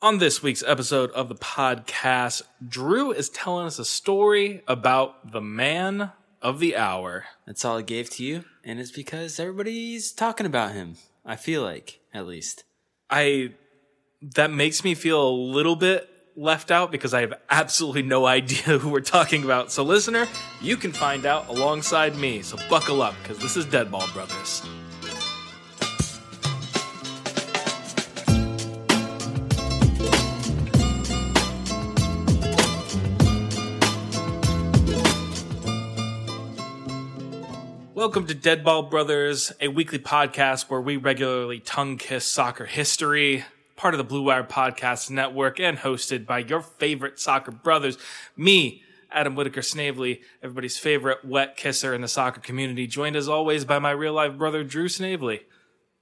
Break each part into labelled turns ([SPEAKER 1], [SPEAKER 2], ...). [SPEAKER 1] On this week's episode of the podcast, Drew is telling us a story about the man of the hour.
[SPEAKER 2] That's all I gave to you, and it's because everybody's talking about him. I feel like, at least.
[SPEAKER 1] I that makes me feel a little bit left out because I have absolutely no idea who we're talking about. So listener, you can find out alongside me. So buckle up because this is Deadball Brothers. Welcome to Deadball Brothers, a weekly podcast where we regularly tongue kiss soccer history, part of the Blue Wire Podcast Network, and hosted by your favorite soccer brothers, me, Adam Whitaker Snavely, everybody's favorite wet kisser in the soccer community, joined as always by my real life brother, Drew Snavely.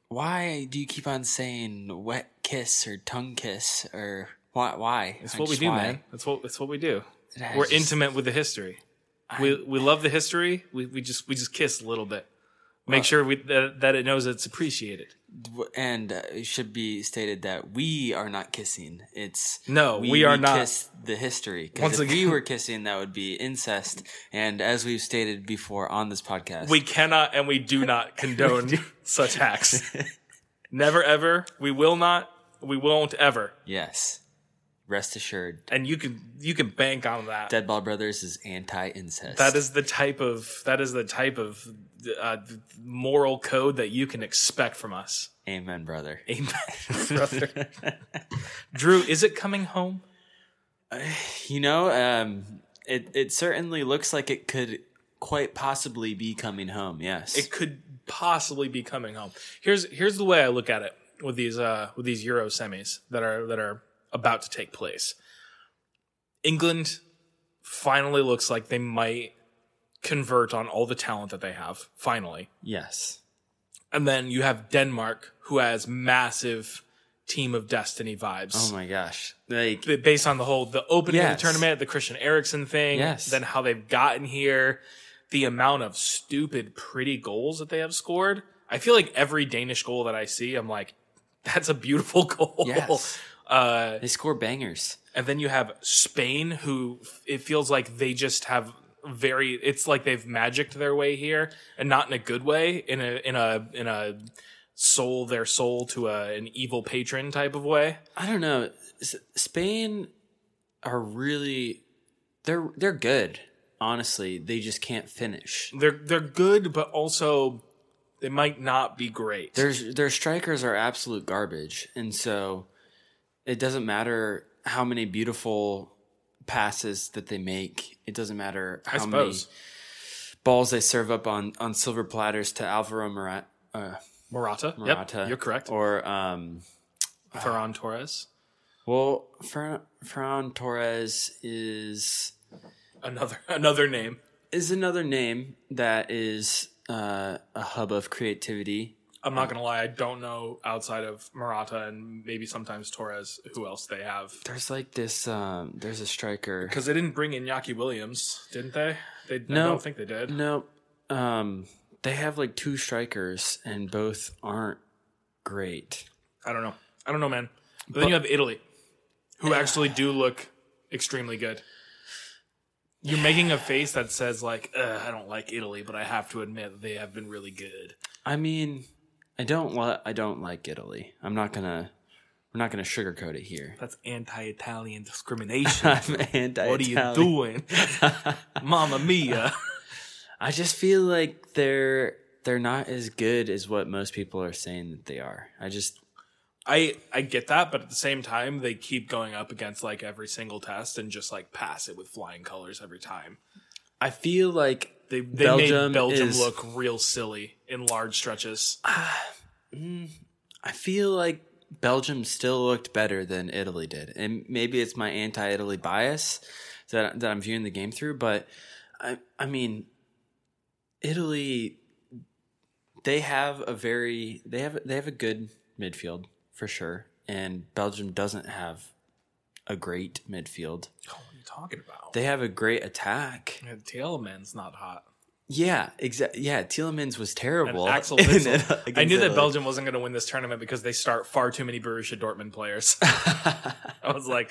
[SPEAKER 2] Why do you keep on saying wet kiss or tongue kiss or why? Why?
[SPEAKER 1] That's what we do, man. That's what, that's what we do. We're
[SPEAKER 2] just-
[SPEAKER 1] intimate with the history. we, we love the history. We, we just, we just kiss a little bit. Make sure we, that, that it knows it's appreciated.
[SPEAKER 2] And uh, it should be stated that we are not kissing. It's
[SPEAKER 1] No, we are not.
[SPEAKER 2] Kiss the history.
[SPEAKER 1] Once
[SPEAKER 2] Because if we
[SPEAKER 1] again-
[SPEAKER 2] were kissing, that would be incest. And as we've stated before on this podcast,
[SPEAKER 1] We cannot and we do not condone such acts. Never ever. We will not. We won't ever.
[SPEAKER 2] yes, rest assured,
[SPEAKER 1] And you can you can bank on that.
[SPEAKER 2] Deadball Brothers is anti-incest.
[SPEAKER 1] That is the type of that is the type of uh, moral code that you can expect from us.
[SPEAKER 2] amen, brother.
[SPEAKER 1] Amen, brother. Drew, is it coming home?
[SPEAKER 2] You know, um, it it certainly looks like it could quite possibly be coming home. Yes,
[SPEAKER 1] It could possibly be coming home. Here's here's the way I look at it with these uh, with these Euro semis that are that are about to take place. England finally looks like they might convert on all the talent that they have finally,
[SPEAKER 2] yes,
[SPEAKER 1] and then you have Denmark who has massive team of destiny vibes.
[SPEAKER 2] Oh my gosh! Like
[SPEAKER 1] B- Based on the whole the opening of
[SPEAKER 2] Yes.
[SPEAKER 1] the tournament, the Christian Eriksen thing,
[SPEAKER 2] Yes.
[SPEAKER 1] then how they've gotten here, the amount of stupid pretty goals that they have scored. I feel like every Danish goal that I see, I'm like, that's a beautiful goal.
[SPEAKER 2] Yes.
[SPEAKER 1] Uh,
[SPEAKER 2] they score bangers.
[SPEAKER 1] and then you have Spain, who f- it feels like they just have very. It's like they've magicked their way here, and not in a good way. In a in a in a soul their soul to a, an evil patron type of way.
[SPEAKER 2] I don't know. S- Spain are really they're they're good. Honestly, they just can't finish.
[SPEAKER 1] they're they're good, but also they might not be great.
[SPEAKER 2] Their their strikers are absolute garbage, and so it doesn't matter how many beautiful passes that they make. It doesn't matter how
[SPEAKER 1] I suppose
[SPEAKER 2] many balls they serve up on on silver platters to Alvaro Morata. Uh,
[SPEAKER 1] Morata.
[SPEAKER 2] Morata
[SPEAKER 1] Yep, you're correct.
[SPEAKER 2] Or um,
[SPEAKER 1] Ferran Torres,
[SPEAKER 2] Well, Fran, Fran Torres is
[SPEAKER 1] another another name.
[SPEAKER 2] is another name that is uh, a hub of creativity.
[SPEAKER 1] I'm not gonna lie, I don't know outside of Morata and maybe sometimes Torres who else they have
[SPEAKER 2] There's like this. Um, there's a striker.
[SPEAKER 1] because they didn't bring in Yaki Williams, didn't they? They I
[SPEAKER 2] No.
[SPEAKER 1] don't think they did.
[SPEAKER 2] Nope. Um, they have like two strikers, and both aren't great.
[SPEAKER 1] I don't know. I don't know, man. But, then you have Italy, who actually do look extremely good. You're making a face that says like, Ugh, I don't like Italy, but I have to admit that they have been really good.
[SPEAKER 2] I mean, I don't. Li- I don't like Italy. I'm not gonna. We're not gonna sugarcoat it here.
[SPEAKER 1] That's anti-Italian discrimination.
[SPEAKER 2] I'm anti.
[SPEAKER 1] what are you doing, Mamma Mia?
[SPEAKER 2] I just feel like they're they're not as good as what most people are saying that they are. I just
[SPEAKER 1] I I get that, but at the same time, they keep going up against like every single test and just like pass it with flying colors every time.
[SPEAKER 2] I feel like
[SPEAKER 1] They they
[SPEAKER 2] Belgium
[SPEAKER 1] made Belgium
[SPEAKER 2] is-
[SPEAKER 1] look real silly in large stretches.
[SPEAKER 2] I feel like Belgium still looked better than Italy did, and maybe it's my anti-Italy bias that that I'm viewing the game through. But I I mean, Italy they have a very they have they have a good midfield for sure, and Belgium doesn't have a great midfield.
[SPEAKER 1] what are you talking about?
[SPEAKER 2] They have a great attack.
[SPEAKER 1] Tailman's not hot.
[SPEAKER 2] Yeah, exactly. Yeah, Tielemans was
[SPEAKER 1] And
[SPEAKER 2] terrible.
[SPEAKER 1] Axel
[SPEAKER 2] in
[SPEAKER 1] Witsel.
[SPEAKER 2] it-
[SPEAKER 1] I
[SPEAKER 2] against
[SPEAKER 1] knew that
[SPEAKER 2] Italy.
[SPEAKER 1] Belgium wasn't going to win this tournament because they start far too many Borussia Dortmund players. I was like,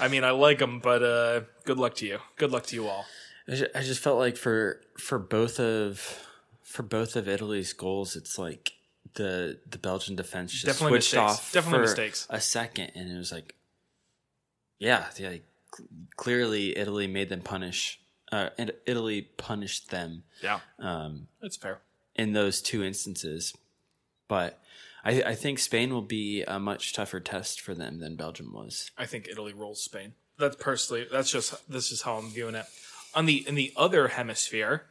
[SPEAKER 1] I mean, I like them, but uh, good luck to you. Good luck to you all.
[SPEAKER 2] I ju- I just felt like for for both of for both of Italy's goals, it's like the the Belgian defense just
[SPEAKER 1] Definitely
[SPEAKER 2] switched
[SPEAKER 1] mistakes.
[SPEAKER 2] off
[SPEAKER 1] Definitely
[SPEAKER 2] for
[SPEAKER 1] mistakes.
[SPEAKER 2] a second, and it was like, yeah, yeah. like, cl- Clearly, Italy made them punish. Uh, and Italy punished them
[SPEAKER 1] Yeah,
[SPEAKER 2] um,
[SPEAKER 1] that's fair.
[SPEAKER 2] in those two instances, but I, I think Spain will be a much tougher test for them than Belgium was.
[SPEAKER 1] I think Italy rolls Spain. That's personally. That's just. This is how I'm viewing it. On the in the other hemisphere,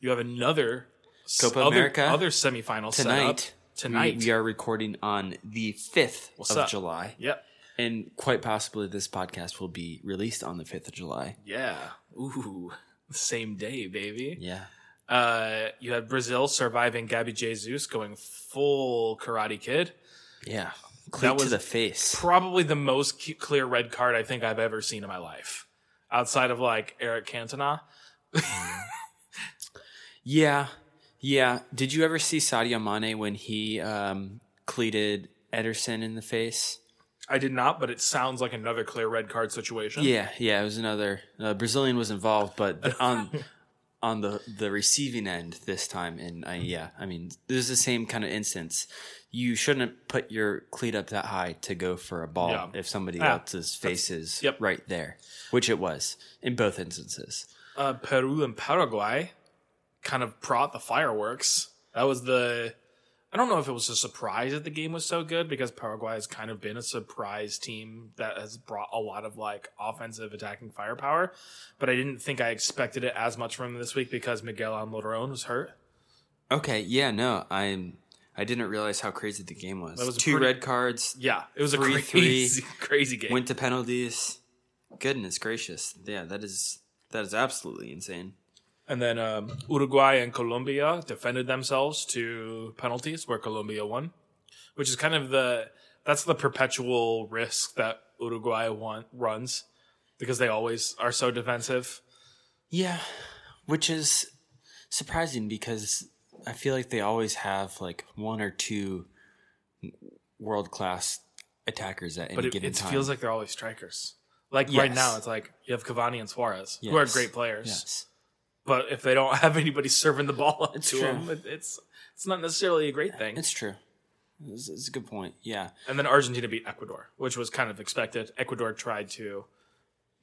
[SPEAKER 1] you have another s-
[SPEAKER 2] Copa
[SPEAKER 1] other,
[SPEAKER 2] America
[SPEAKER 1] other semifinal set up
[SPEAKER 2] Tonight,
[SPEAKER 1] tonight.
[SPEAKER 2] we, we are recording on the fifth of
[SPEAKER 1] up?
[SPEAKER 2] July.
[SPEAKER 1] Yep.
[SPEAKER 2] And quite possibly this podcast will be released on the 5th of July.
[SPEAKER 1] Yeah. Ooh. Same day, baby.
[SPEAKER 2] Yeah.
[SPEAKER 1] Uh, you had Brazil surviving Gabby Jesus going full Karate Kid.
[SPEAKER 2] Yeah. Clean
[SPEAKER 1] was
[SPEAKER 2] to the face.
[SPEAKER 1] Probably the most cu- clear red card I think I've ever seen in my life, outside of like Eric Cantona.
[SPEAKER 2] Yeah. Yeah. Did you ever see Sadio Mane when he um, cleated Ederson in the face?
[SPEAKER 1] I did not, but it sounds like another clear red card situation.
[SPEAKER 2] Yeah. Yeah. It was another uh, Brazilian was involved, but th- on on the, the receiving end this time. And I, yeah, I mean, this is the same kind of instance. You shouldn't put your cleat up that high to go for a ball
[SPEAKER 1] Yeah.
[SPEAKER 2] if somebody
[SPEAKER 1] Ah,
[SPEAKER 2] else's face is
[SPEAKER 1] yep.
[SPEAKER 2] right there, which it was in both instances.
[SPEAKER 1] uh, Peru and Paraguay kind of brought the fireworks. That was the. I don't know if it was a surprise that the game was so good because Paraguay has kind of been a surprise team that has brought a lot of like offensive attacking firepower, but I didn't think I expected it as much from them this week because Miguel Almiron was hurt.
[SPEAKER 2] Okay, yeah, no, I'm. I didn't realize how crazy the game was.
[SPEAKER 1] That was a
[SPEAKER 2] Two
[SPEAKER 1] pretty-
[SPEAKER 2] red cards
[SPEAKER 1] Yeah, it was a
[SPEAKER 2] Three,
[SPEAKER 1] crazy, crazy game.
[SPEAKER 2] went to penalties. Goodness gracious, yeah, that is that is absolutely insane.
[SPEAKER 1] and then um, Uruguay and Colombia defended themselves to penalties where Colombia won, which is kind of the that's the perpetual risk that Uruguay want, runs because they always are so defensive.
[SPEAKER 2] Yeah, which is surprising because I feel like they always have like one or two world class attackers at any
[SPEAKER 1] But it,
[SPEAKER 2] given
[SPEAKER 1] it
[SPEAKER 2] time.
[SPEAKER 1] feels like they're always strikers. Like right
[SPEAKER 2] Yes.
[SPEAKER 1] now, it's like you have Cavani and Suarez, who are
[SPEAKER 2] Yes.
[SPEAKER 1] great players,
[SPEAKER 2] yes,
[SPEAKER 1] but if they don't have anybody serving the ball up
[SPEAKER 2] It's
[SPEAKER 1] to
[SPEAKER 2] true.
[SPEAKER 1] them, it, it's it's not necessarily a great thing.
[SPEAKER 2] it's true. It's, it's a good point. Yeah,
[SPEAKER 1] and then Argentina beat Ecuador, which was kind of expected. Ecuador tried to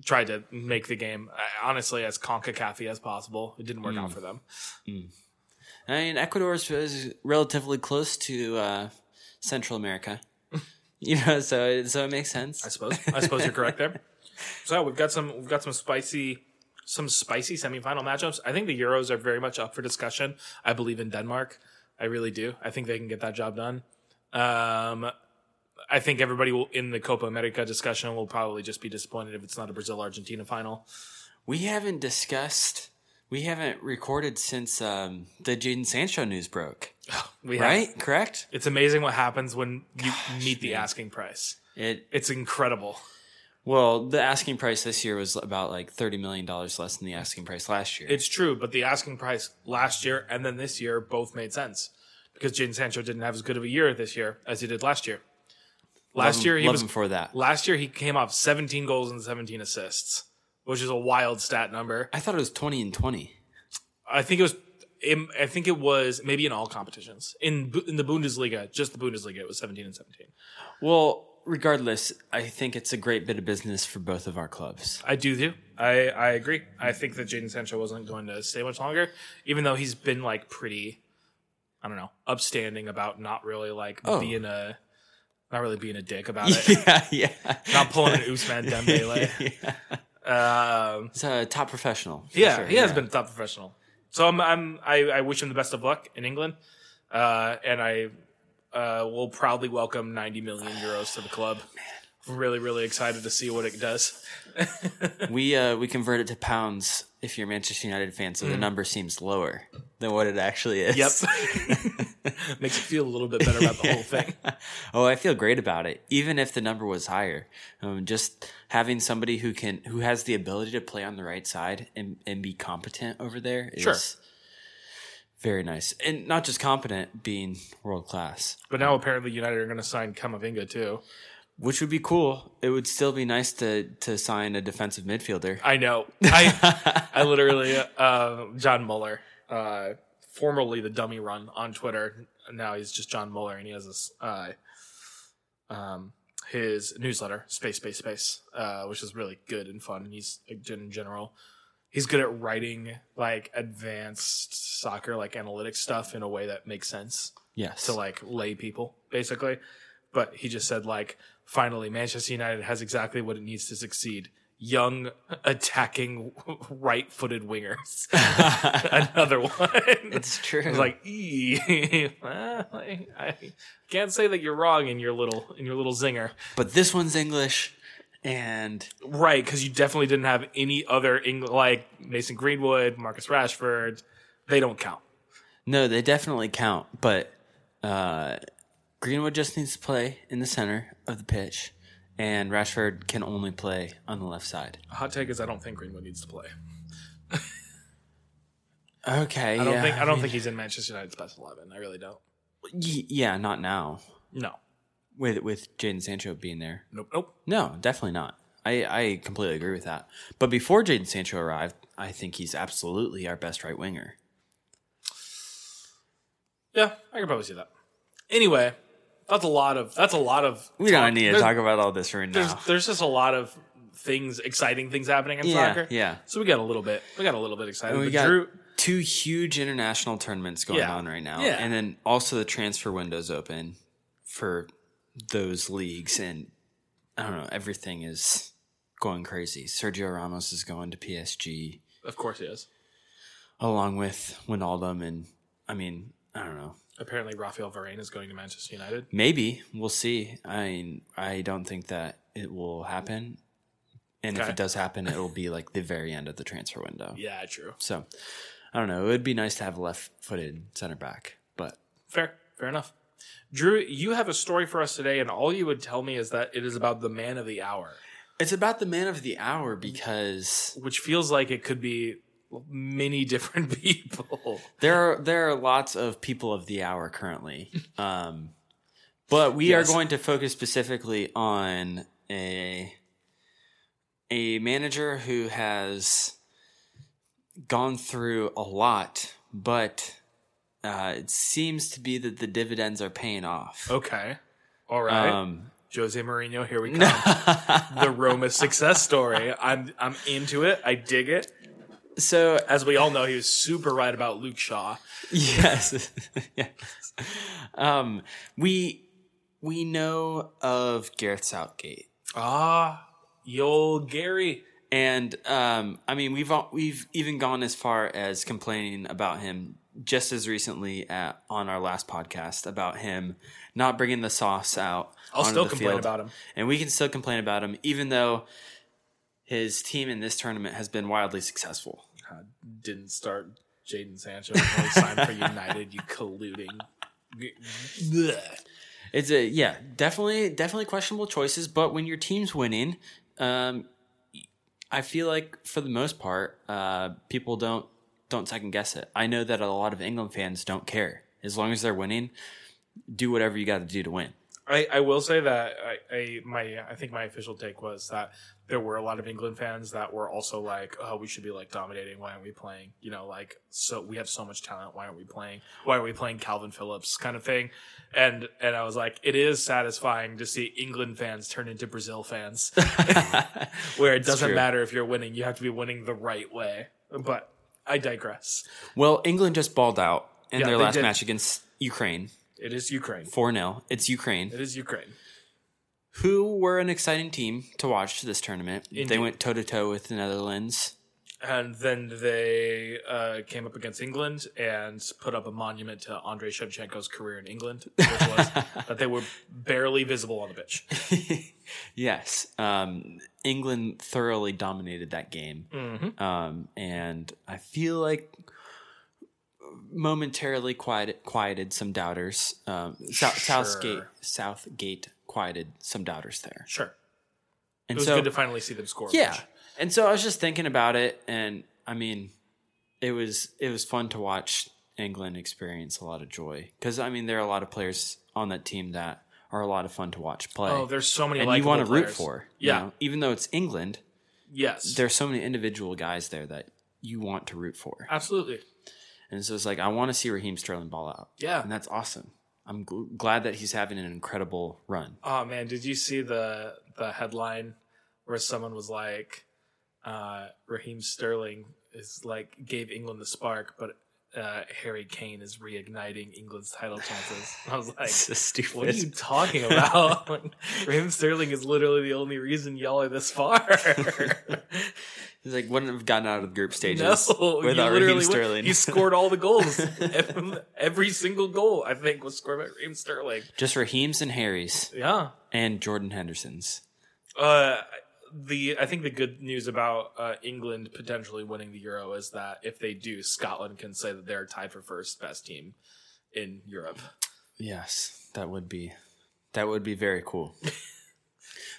[SPEAKER 1] tried to make the game uh, honestly as concacaf as possible. It didn't work out for them.
[SPEAKER 2] I mean Ecuador is, is relatively close to uh, Central America. You know, so it, so it makes sense.
[SPEAKER 1] I suppose. I suppose you're correct there. So we've got some we've got some spicy some spicy semifinal matchups. I think the Euros are very much up for discussion. I believe in Denmark. I really do. I think they can get that job done. Um, I think everybody will, in the Copa America discussion will probably just be disappointed if it's not a Brazil Argentina final.
[SPEAKER 2] We haven't discussed. We haven't recorded since um, the Jaden Sancho news broke,
[SPEAKER 1] We have-
[SPEAKER 2] right? Correct.
[SPEAKER 1] It's amazing what happens when you meet the asking price.
[SPEAKER 2] It
[SPEAKER 1] It's incredible.
[SPEAKER 2] Well, the asking price this year was about like thirty million dollars less than the asking price last year.
[SPEAKER 1] It's true, but the asking price last year and then this year both made sense because Jaden Sancho didn't have as good of a year this year as he did last year. Last
[SPEAKER 2] Love him-
[SPEAKER 1] year he
[SPEAKER 2] love
[SPEAKER 1] was
[SPEAKER 2] him for that.
[SPEAKER 1] last year he came off 17 goals and 17 assists, which is a wild stat number.
[SPEAKER 2] I thought it was twenty and twenty.
[SPEAKER 1] I think it was im- I think it was maybe in all competitions. In Bu- in the Bundesliga, just the Bundesliga it was 17 and 17.
[SPEAKER 2] Well, regardless, I think it's a great bit of business for both of our clubs.
[SPEAKER 1] I do do. I, I agree. I think that Jaden Sancho wasn't going to stay much longer, even though he's been like pretty, I don't know, upstanding about not really like
[SPEAKER 2] Oh.
[SPEAKER 1] being a, not really being a dick about it,
[SPEAKER 2] yeah, yeah.
[SPEAKER 1] not pulling an Usman Dembele.
[SPEAKER 2] yeah.
[SPEAKER 1] Um,
[SPEAKER 2] He's a top professional. for
[SPEAKER 1] yeah,
[SPEAKER 2] sure,
[SPEAKER 1] he has been a top professional. So I'm, I'm I, I wish him the best of luck in England, uh, and I uh, will proudly welcome 90 million euros to the club.
[SPEAKER 2] Oh,
[SPEAKER 1] Really, really excited to see what it does.
[SPEAKER 2] We uh, we convert it to pounds if you're a Manchester United fan, so the number seems lower than what it actually is.
[SPEAKER 1] Mm. Yep. Makes you feel a little bit better about the whole thing.
[SPEAKER 2] oh, I feel great about it. Even if the number was higher, um, just having somebody who can who has the ability to play on the right side and, and be competent over there is
[SPEAKER 1] Sure.
[SPEAKER 2] Very nice, and not just competent, being world class,
[SPEAKER 1] But now apparently United are going to sign Kamavinga too.
[SPEAKER 2] which would be cool. It would still be nice to to sign a defensive midfielder.
[SPEAKER 1] I know. I I literally uh, John Mueller, uh, formerly the dummy run on Twitter. Now he's just John Mueller, and he has this uh, um, his newsletter, Space Space Space, uh, which is really good and fun. And he's like, in general, he's good at writing like advanced soccer like analytics stuff in a way that makes sense
[SPEAKER 2] Yes,
[SPEAKER 1] to like lay people basically but he just said like finally manchester united has exactly what it needs to succeed young attacking right-footed wingers another one
[SPEAKER 2] it's true.
[SPEAKER 1] I was like, "Eee." Well, I I can't say that you're wrong in your little in your little zinger,
[SPEAKER 2] but this one's English, and
[SPEAKER 1] right? Because you definitely didn't have any other Eng- like Mason Greenwood, Marcus Rashford. They don't count.
[SPEAKER 2] No, they definitely count, but uh, Greenwood just needs to play in the center of the pitch, and Rashford can only play on the left side.
[SPEAKER 1] A hot take is I don't think Greenwood needs to play.
[SPEAKER 2] Okay,
[SPEAKER 1] I don't
[SPEAKER 2] yeah,
[SPEAKER 1] think I don't think he's in Manchester United's best eleven. I really don't.
[SPEAKER 2] y- yeah, not now
[SPEAKER 1] No.
[SPEAKER 2] with with Jaden Sancho being there.
[SPEAKER 1] Nope. Nope.
[SPEAKER 2] No, definitely not. I, I completely agree with that. But before Jaden Sancho arrived, I think he's absolutely our best right winger.
[SPEAKER 1] Yeah, I could probably see that. Anyway, that's a lot of that's a lot of
[SPEAKER 2] We don't need to
[SPEAKER 1] there's,
[SPEAKER 2] talk about all this right
[SPEAKER 1] There's
[SPEAKER 2] now.
[SPEAKER 1] there's just a lot of things, exciting things happening in
[SPEAKER 2] Yeah,
[SPEAKER 1] soccer.
[SPEAKER 2] yeah.
[SPEAKER 1] So we got a little bit we got a little bit excited.
[SPEAKER 2] And we
[SPEAKER 1] But
[SPEAKER 2] got
[SPEAKER 1] Drew,
[SPEAKER 2] two huge international tournaments going
[SPEAKER 1] Yeah.
[SPEAKER 2] on right now,
[SPEAKER 1] Yeah.
[SPEAKER 2] and then also the transfer windows open for those leagues, and I don't know, everything is going crazy. Sergio Ramos is going to PSG
[SPEAKER 1] of course, he is.
[SPEAKER 2] along with Wijnaldum, and I mean, I don't know.
[SPEAKER 1] Apparently, Rafael Varane is going to Manchester United.
[SPEAKER 2] Maybe we'll see. I mean, I don't think that it will happen, and if
[SPEAKER 1] Okay.
[SPEAKER 2] it does happen, it'll be like the very end of the transfer window.
[SPEAKER 1] Yeah, true.
[SPEAKER 2] So, I don't know. It would be nice to have a left-footed center back, but.
[SPEAKER 1] Fair, fair enough. Drew, you have a story for us today, and all you would tell me is that it is about the man of the hour,
[SPEAKER 2] It's about the man of the hour
[SPEAKER 1] Mm-hmm.
[SPEAKER 2] because
[SPEAKER 1] which feels like it could be many different people.
[SPEAKER 2] there are there are lots of people of the hour currently. Um, but we
[SPEAKER 1] Yes.
[SPEAKER 2] are going to focus specifically on a a manager who has gone through a lot, but uh, it seems to be that the dividends are paying off.
[SPEAKER 1] Okay, all right.
[SPEAKER 2] Um,
[SPEAKER 1] Jose Mourinho, here we come. the Roma success story. I'm I'm into it. I dig it.
[SPEAKER 2] so
[SPEAKER 1] As we all know, he was super right about Luke Shaw.
[SPEAKER 2] yes yes um we we know of gareth southgate
[SPEAKER 1] Ah, yo, Gary.
[SPEAKER 2] and um i mean we've all, we've even gone as far as complaining about him just as recently at, on our last podcast about him not bringing the sauce out
[SPEAKER 1] I'll
[SPEAKER 2] onto
[SPEAKER 1] still
[SPEAKER 2] the
[SPEAKER 1] complain
[SPEAKER 2] field.
[SPEAKER 1] about him.
[SPEAKER 2] and we can still complain about him even though his team in this tournament has been wildly successful
[SPEAKER 1] Didn't start Jaden Sancho. Only signed for United. You colluding. Blech.
[SPEAKER 2] It's a yeah, definitely definitely questionable choices, but when your team's winning, um, I feel like for the most part, uh, people don't don't second guess it. I know that a lot of England fans don't care as long as they're winning. Do whatever you got to do to win.
[SPEAKER 1] I, I will say that I, I my I think my official take was that there were a lot of England fans that were also like, oh, we should be like dominating. Why aren't we playing? You know, like so we have so much talent. Why aren't we playing? Why are we playing Calvin Phillips kind of thing? And and I was like, it is satisfying to see England fans turn into Brazil fans, where it doesn't
[SPEAKER 2] true.
[SPEAKER 1] matter if you're winning. You have to be winning the right way. But I digress.
[SPEAKER 2] Well, England just balled out in
[SPEAKER 1] Yeah,
[SPEAKER 2] their
[SPEAKER 1] they
[SPEAKER 2] last
[SPEAKER 1] did.
[SPEAKER 2] match against Ukraine,
[SPEAKER 1] It is Ukraine.
[SPEAKER 2] four 0 It's Ukraine,
[SPEAKER 1] It is Ukraine.
[SPEAKER 2] who were an exciting team to watch this tournament.
[SPEAKER 1] Indeed.
[SPEAKER 2] They went toe to toe with the Netherlands.
[SPEAKER 1] and then they uh, came up against England and put up a monument to Andrei Shevchenko's career in England, which was that they were barely visible on the pitch.
[SPEAKER 2] yes, um, England thoroughly dominated that game,
[SPEAKER 1] Mhm.
[SPEAKER 2] um, and I feel like momentarily quieted, quieted some doubters. Um, South,
[SPEAKER 1] Sure.
[SPEAKER 2] Southgate Southgate quieted some doubters there,
[SPEAKER 1] Sure, it
[SPEAKER 2] and
[SPEAKER 1] was
[SPEAKER 2] so
[SPEAKER 1] good to finally see them score.
[SPEAKER 2] yeah, and so I was just thinking about it, and I mean, it was it was fun to watch England experience a lot of joy because I mean there are a lot of players on that team that are a lot of fun to watch play.
[SPEAKER 1] Oh, there's so many.
[SPEAKER 2] and you want
[SPEAKER 1] want
[SPEAKER 2] to root for. you
[SPEAKER 1] Yeah.
[SPEAKER 2] know? even though it's England,
[SPEAKER 1] Yes,
[SPEAKER 2] there's so many individual guys there that you want to root for.
[SPEAKER 1] absolutely.
[SPEAKER 2] And so it's like I want to see Raheem Sterling ball out.
[SPEAKER 1] Yeah.
[SPEAKER 2] and that's awesome. I'm gl- glad that he's having an incredible run.
[SPEAKER 1] Oh man, did you see the the headline where someone was like, uh, "Raheem Sterling is like gave England the spark, but uh, Harry Kane is reigniting England's title chances." I was like,
[SPEAKER 2] It's so stupid.
[SPEAKER 1] "What are you talking about? Like, Raheem Sterling is literally the only reason y'all are this far."
[SPEAKER 2] He's like wouldn't have gotten out of the group stages
[SPEAKER 1] no, you
[SPEAKER 2] without
[SPEAKER 1] literally
[SPEAKER 2] Raheem
[SPEAKER 1] would-
[SPEAKER 2] Sterling.
[SPEAKER 1] He scored all the goals. Every- Every single goal, I think, was scored by Raheem Sterling.
[SPEAKER 2] Just Raheem's and Harry's
[SPEAKER 1] Yeah.
[SPEAKER 2] and Jordan Henderson's.
[SPEAKER 1] Uh, the I think the good news about uh, England potentially winning the Euro is that if they do, Scotland can say that they're tied for first best team in Europe.
[SPEAKER 2] Yes, that would be that would be very cool.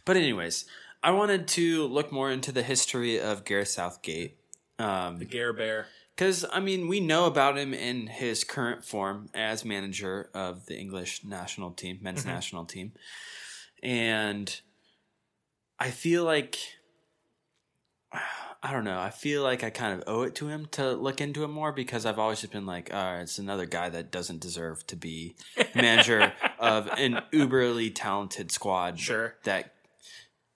[SPEAKER 2] but anyways, I wanted to look more into the history of Gareth Southgate. Um
[SPEAKER 1] The Gare Bear.
[SPEAKER 2] because I mean, we know about him in his current form as manager of the English national team, men's national team, and I feel like I don't know. I feel like I kind of owe it to him to look into him more because I've always just been like, all right, it's another guy that doesn't deserve to be manager of an uberly talented squad
[SPEAKER 1] Sure.
[SPEAKER 2] that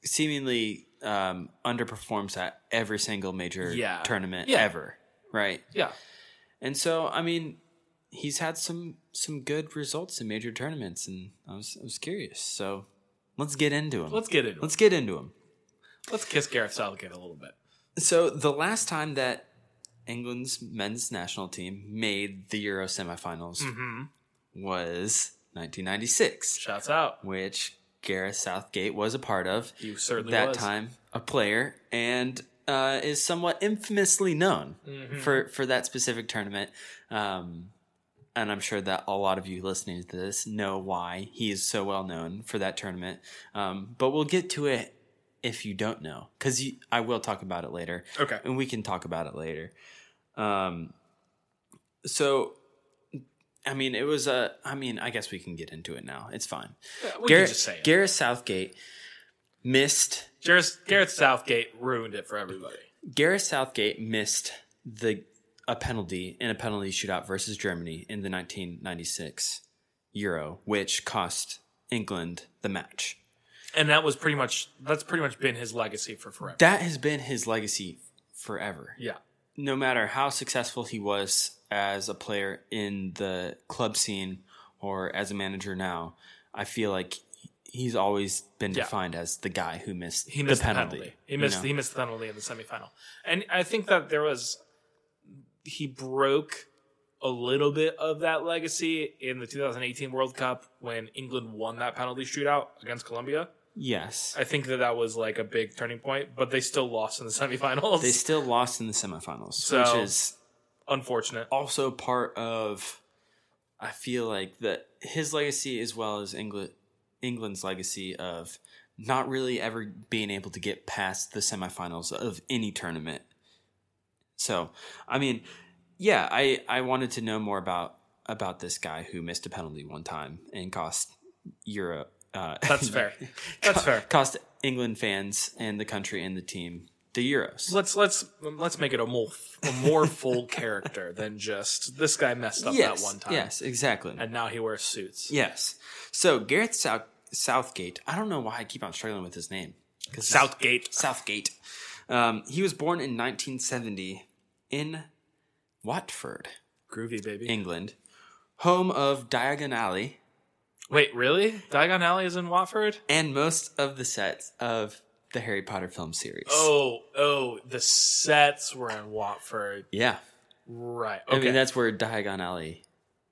[SPEAKER 2] seemingly um, underperforms at every single major
[SPEAKER 1] Yeah.
[SPEAKER 2] tournament
[SPEAKER 1] Yeah.
[SPEAKER 2] ever, right?
[SPEAKER 1] Yeah.
[SPEAKER 2] And so, I mean, he's had some some good results in major tournaments, and I was I was curious. So let's get into him.
[SPEAKER 1] Let's get into it.
[SPEAKER 2] let's get into him.
[SPEAKER 1] Let's kiss Gareth Southgate a little bit.
[SPEAKER 2] So the last time that England's men's national team made the Euro semifinals
[SPEAKER 1] Mm.
[SPEAKER 2] was 1996,
[SPEAKER 1] Shouts out.
[SPEAKER 2] which Gareth Southgate was a part of.
[SPEAKER 1] You certainly
[SPEAKER 2] that
[SPEAKER 1] was.
[SPEAKER 2] time a player and uh, is somewhat infamously known
[SPEAKER 1] Mm-hmm.
[SPEAKER 2] for for that specific tournament. Um, and I'm sure that a lot of you listening to this know why he is so well known for that tournament. Um, but we'll get to it if you don't know, because I will talk about it later,
[SPEAKER 1] Okay.
[SPEAKER 2] and we can talk about it later. Um, so. I mean, it was a. I mean, I guess we can get into it now. It's fine.
[SPEAKER 1] We can
[SPEAKER 2] Garrett,
[SPEAKER 1] just say it.
[SPEAKER 2] Gareth Southgate missed
[SPEAKER 1] Gareth, Gareth Southgate ruined it for everybody.
[SPEAKER 2] Gareth Southgate missed the a penalty in a penalty shootout versus Germany in the 1996 Euro, which cost England the match.
[SPEAKER 1] And that was pretty much that's pretty much been his legacy for forever.
[SPEAKER 2] That has been his legacy forever.
[SPEAKER 1] yeah.
[SPEAKER 2] No matter how successful he was as a player in the club scene or as a manager now, I feel like he's always been
[SPEAKER 1] Yeah.
[SPEAKER 2] defined as the guy who missed,
[SPEAKER 1] he missed
[SPEAKER 2] the penalty.
[SPEAKER 1] He
[SPEAKER 2] you
[SPEAKER 1] missed
[SPEAKER 2] know?
[SPEAKER 1] he missed the penalty in the semifinal, and I think that there was he broke a little bit of that legacy in the 2018 World Cup when England won that penalty shootout against Colombia.
[SPEAKER 2] yes.
[SPEAKER 1] I think that that was like a big turning point, but they still lost in the semifinals.
[SPEAKER 2] They still lost in the semifinals,
[SPEAKER 1] So-
[SPEAKER 2] which is
[SPEAKER 1] Unfortunate.
[SPEAKER 2] also part of I feel like that his legacy as well as England England's legacy of not really ever being able to get past the semifinals of any tournament. So, I mean, yeah, I I wanted to know more about about this guy who missed a penalty one time and cost Europe uh,
[SPEAKER 1] That's fair. That's fair.
[SPEAKER 2] cost England fans and the country and the team the Euros.
[SPEAKER 1] Let's let's let's make it a more a more full character than just this guy messed up
[SPEAKER 2] yes,
[SPEAKER 1] that one time,
[SPEAKER 2] yes, exactly.
[SPEAKER 1] and now he wears suits.
[SPEAKER 2] Yes. So Gareth South- Southgate, I don't know why I keep on struggling with his name. 'Cause it's-
[SPEAKER 1] Southgate.
[SPEAKER 2] Southgate. Um, he was born in 1970 in Watford,
[SPEAKER 1] Groovy baby.
[SPEAKER 2] England, home of Diagon Alley
[SPEAKER 1] Wait, really? Diagon Alley is in Watford?
[SPEAKER 2] and most of the sets of the Harry Potter film series.
[SPEAKER 1] Oh, oh, the sets were in Watford.
[SPEAKER 2] yeah.
[SPEAKER 1] Right.
[SPEAKER 2] I
[SPEAKER 1] Okay.
[SPEAKER 2] mean, that's where Diagon Alley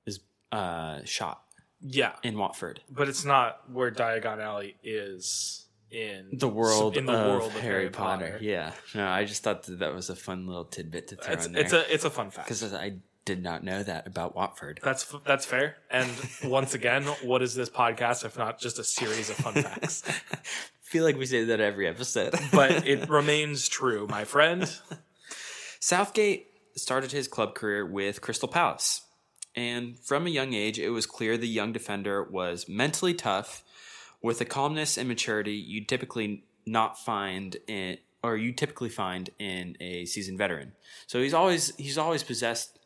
[SPEAKER 2] is uh, shot
[SPEAKER 1] yeah.
[SPEAKER 2] in Watford.
[SPEAKER 1] But it's not where Diagon Alley is in
[SPEAKER 2] The world
[SPEAKER 1] in the
[SPEAKER 2] of
[SPEAKER 1] world of
[SPEAKER 2] Harry,
[SPEAKER 1] Harry
[SPEAKER 2] Potter.
[SPEAKER 1] Potter.
[SPEAKER 2] Yeah. No, I just thought that that was a fun little tidbit to throw
[SPEAKER 1] It's,
[SPEAKER 2] in there.
[SPEAKER 1] it's a it's a fun fact.
[SPEAKER 2] because I did not know that about Watford.
[SPEAKER 1] That's f- that's fair. And once again, what is this podcast if not just a series of fun facts?
[SPEAKER 2] feel like we say that every episode.
[SPEAKER 1] But it remains true, my friend.
[SPEAKER 2] Southgate started his club career with Crystal Palace And from a young age, it was clear the young defender was mentally tough with a calmness and maturity you typically not find in or you typically find in a seasoned veteran. So he's always he's always possessed